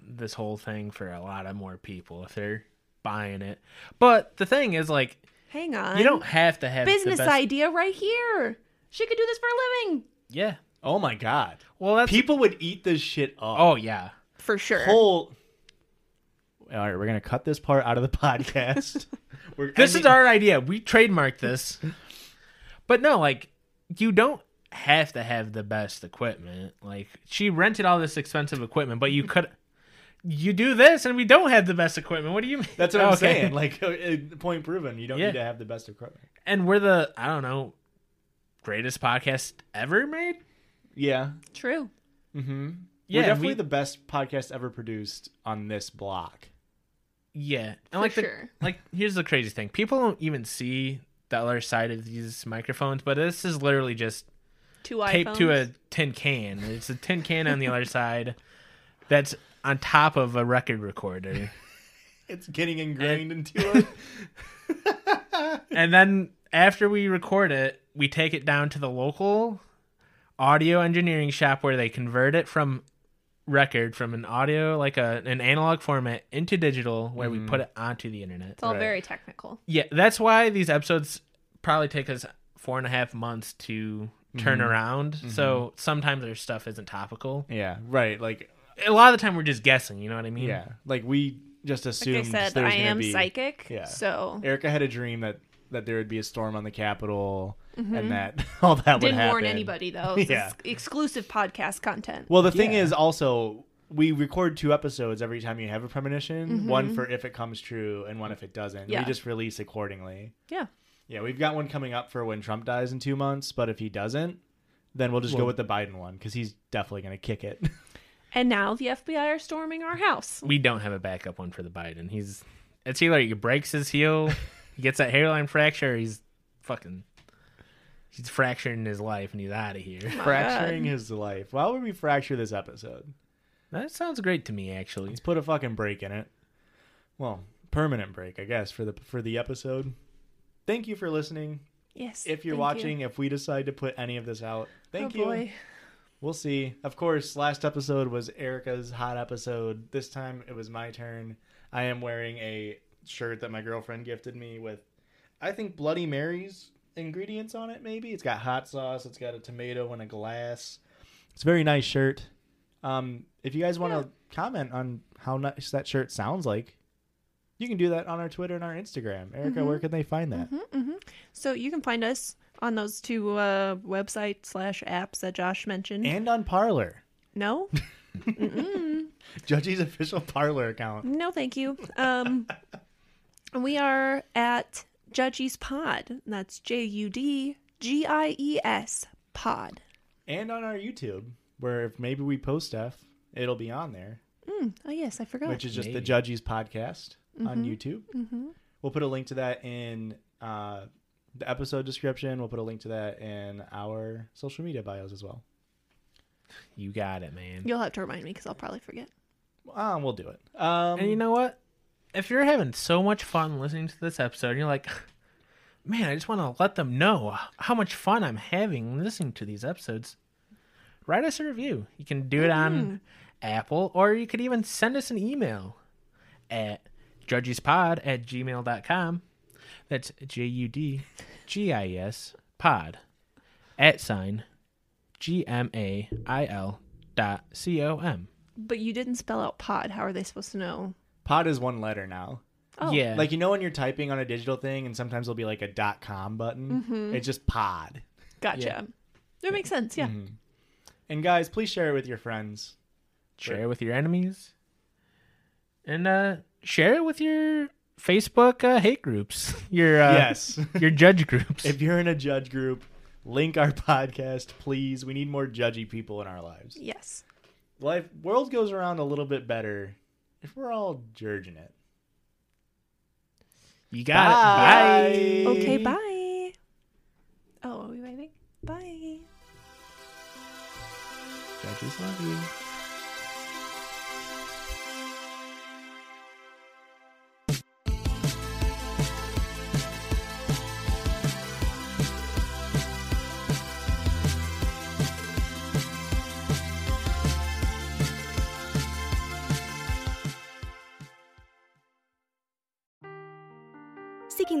Speaker 2: this whole thing for a lot of more people if they're buying it. But the thing is like
Speaker 3: Hang on.
Speaker 2: you don't have to have the
Speaker 3: business
Speaker 2: best-
Speaker 3: idea right here. She could do this for a living.
Speaker 2: Yeah.
Speaker 1: Oh my god.
Speaker 2: Well, that's
Speaker 1: People would eat this shit up.
Speaker 2: Oh yeah.
Speaker 3: For sure.
Speaker 1: whole. All right, we're gonna cut this part out of the podcast. we're
Speaker 2: This is
Speaker 1: ending-
Speaker 2: our idea. We trademarked this. But no, like you don't have to have the best equipment. Like she rented all this expensive equipment, but you could you do this and we don't have the best equipment. What do you mean?
Speaker 1: That's what I'm
Speaker 2: Oh, Okay.
Speaker 1: saying. Like, uh, point proven. You don't
Speaker 2: Yeah.
Speaker 1: need to have the best equipment.
Speaker 2: and we're the I don't know greatest podcast ever made.
Speaker 1: Yeah,
Speaker 3: True.
Speaker 1: mm-hmm.
Speaker 2: Yeah,
Speaker 1: we're definitely
Speaker 2: we-
Speaker 1: the best podcast ever produced on this block.
Speaker 2: Yeah, and
Speaker 3: For
Speaker 2: like the,
Speaker 3: sure.
Speaker 2: like here's the crazy thing: people don't even see the other side of these microphones, but this is literally just
Speaker 3: Two iPhones.
Speaker 2: taped to a tin can. It's a tin can on the other side that's on top of a record recorder,
Speaker 1: It's getting ingrained into it.
Speaker 2: and then after we record it, we take it down to the local audio engineering shop where they convert it from record from an audio like a an analog format into digital where we put it onto the internet
Speaker 3: It's all
Speaker 1: Mm-hmm. Right.
Speaker 3: very technical.
Speaker 2: Yeah, that's why these episodes probably take us four and a half months to
Speaker 1: Mm-hmm.
Speaker 2: turn around. So sometimes their stuff isn't topical.
Speaker 1: Yeah, right. Like,
Speaker 2: A lot of the time we're just guessing, you know what I mean?
Speaker 1: yeah, like we just assumed.
Speaker 3: Like I said,
Speaker 1: there's
Speaker 3: I
Speaker 1: gonna
Speaker 3: am
Speaker 1: be...
Speaker 3: psychic.
Speaker 1: yeah.
Speaker 3: So
Speaker 1: Erica had a dream that that there would be a storm on the Capitol and that all that would
Speaker 3: Mm-hmm. didn't
Speaker 1: happen.
Speaker 3: warn anybody though. This
Speaker 1: Yeah.
Speaker 3: is exclusive podcast content.
Speaker 1: Well, the thing
Speaker 2: Yeah.
Speaker 1: is also we record two episodes every time you have a premonition, one for if it comes true and one if it doesn't.
Speaker 3: Mm-hmm. Yeah.
Speaker 1: We just release accordingly.
Speaker 3: yeah.
Speaker 1: Yeah, we've got one coming up for when Trump dies in 2 months, but if he doesn't, then we'll just go
Speaker 2: Well-
Speaker 1: with the Biden one cuz he's definitely going to kick it.
Speaker 3: And now the FBI are storming our house.
Speaker 2: We don't have a backup one for the Biden. He's it's either he breaks his heel, he gets that hairline fracture, or he's fucking he's fracturing his life and he's out of here.
Speaker 1: Fracturing his life. Why would we fracture this episode?
Speaker 2: That sounds great to me actually.
Speaker 1: Let's put a fucking break in it. Well, permanent break, I guess, for the for the episode. Thank you for listening.
Speaker 3: Yes.
Speaker 1: If you're
Speaker 3: thank you.
Speaker 1: watching, if we decide to put any of this out, thank
Speaker 3: oh,
Speaker 1: you.
Speaker 3: Boy.
Speaker 1: We'll see. Of course, last episode was Erica's hot episode. This time it was my turn. I am wearing a shirt that my girlfriend gifted me with, I think, Bloody Mary's ingredients on it, maybe. It's got hot sauce, it's got a tomato and a glass. It's a very nice shirt. Um, if you guys want to comment on how nice that shirt sounds like, you can do that on our Twitter and our Instagram. Erica, where can they find that?
Speaker 3: So you can find us on those two uh, website slash apps that Josh mentioned.
Speaker 1: And on Parlor,
Speaker 3: no,
Speaker 1: Judgy's official Parlor account.
Speaker 3: no, thank you. Um, we are at Judgy's Pod. That's J U D G I E S Pod.
Speaker 1: and on our YouTube, where if maybe we post stuff, it'll be on there,
Speaker 3: Oh yes, I forgot.
Speaker 1: which is just the
Speaker 2: Maybe.
Speaker 1: Judges Podcast on YouTube. We'll put a link to that in uh, the episode description. We'll put a link to that in our social media bios as well.
Speaker 2: You got it, man.
Speaker 3: You'll have to remind me because I'll probably forget.
Speaker 1: Um, we'll do it. Um,
Speaker 2: And you know what? If you're having so much fun listening to this episode, and you're like, man, I just want to let them know how much fun I'm having listening to these episodes, write us a review. You can do it on Apple, or you could even send us an email at judgespod at gmail.com. That's J U D G I S pod at sign G M A I L dot C O M.
Speaker 3: But you didn't spell out pod. How are they supposed to know?
Speaker 1: pod is one letter now.
Speaker 3: Oh,
Speaker 2: yeah.
Speaker 1: Like you know when you're typing on a digital thing, and sometimes there'll be like a dot com button. It's just pod.
Speaker 3: gotcha.
Speaker 2: Yeah.
Speaker 3: That makes sense. Yeah.
Speaker 1: Mm-hmm. And guys, please share it with your friends.
Speaker 2: share it with your enemies and uh share it with your facebook uh, hate groups your uh,
Speaker 1: yes.
Speaker 2: your judge groups
Speaker 1: if you're in a judge group, link our podcast, please. We need more judgy people in our lives.
Speaker 3: Yes.
Speaker 1: life world goes around a little bit better if we're all judging it.
Speaker 2: you got it bye
Speaker 3: Okay. Bye. Oh, are we waving? Bye.
Speaker 1: Judges love you.
Speaker 5: Seeking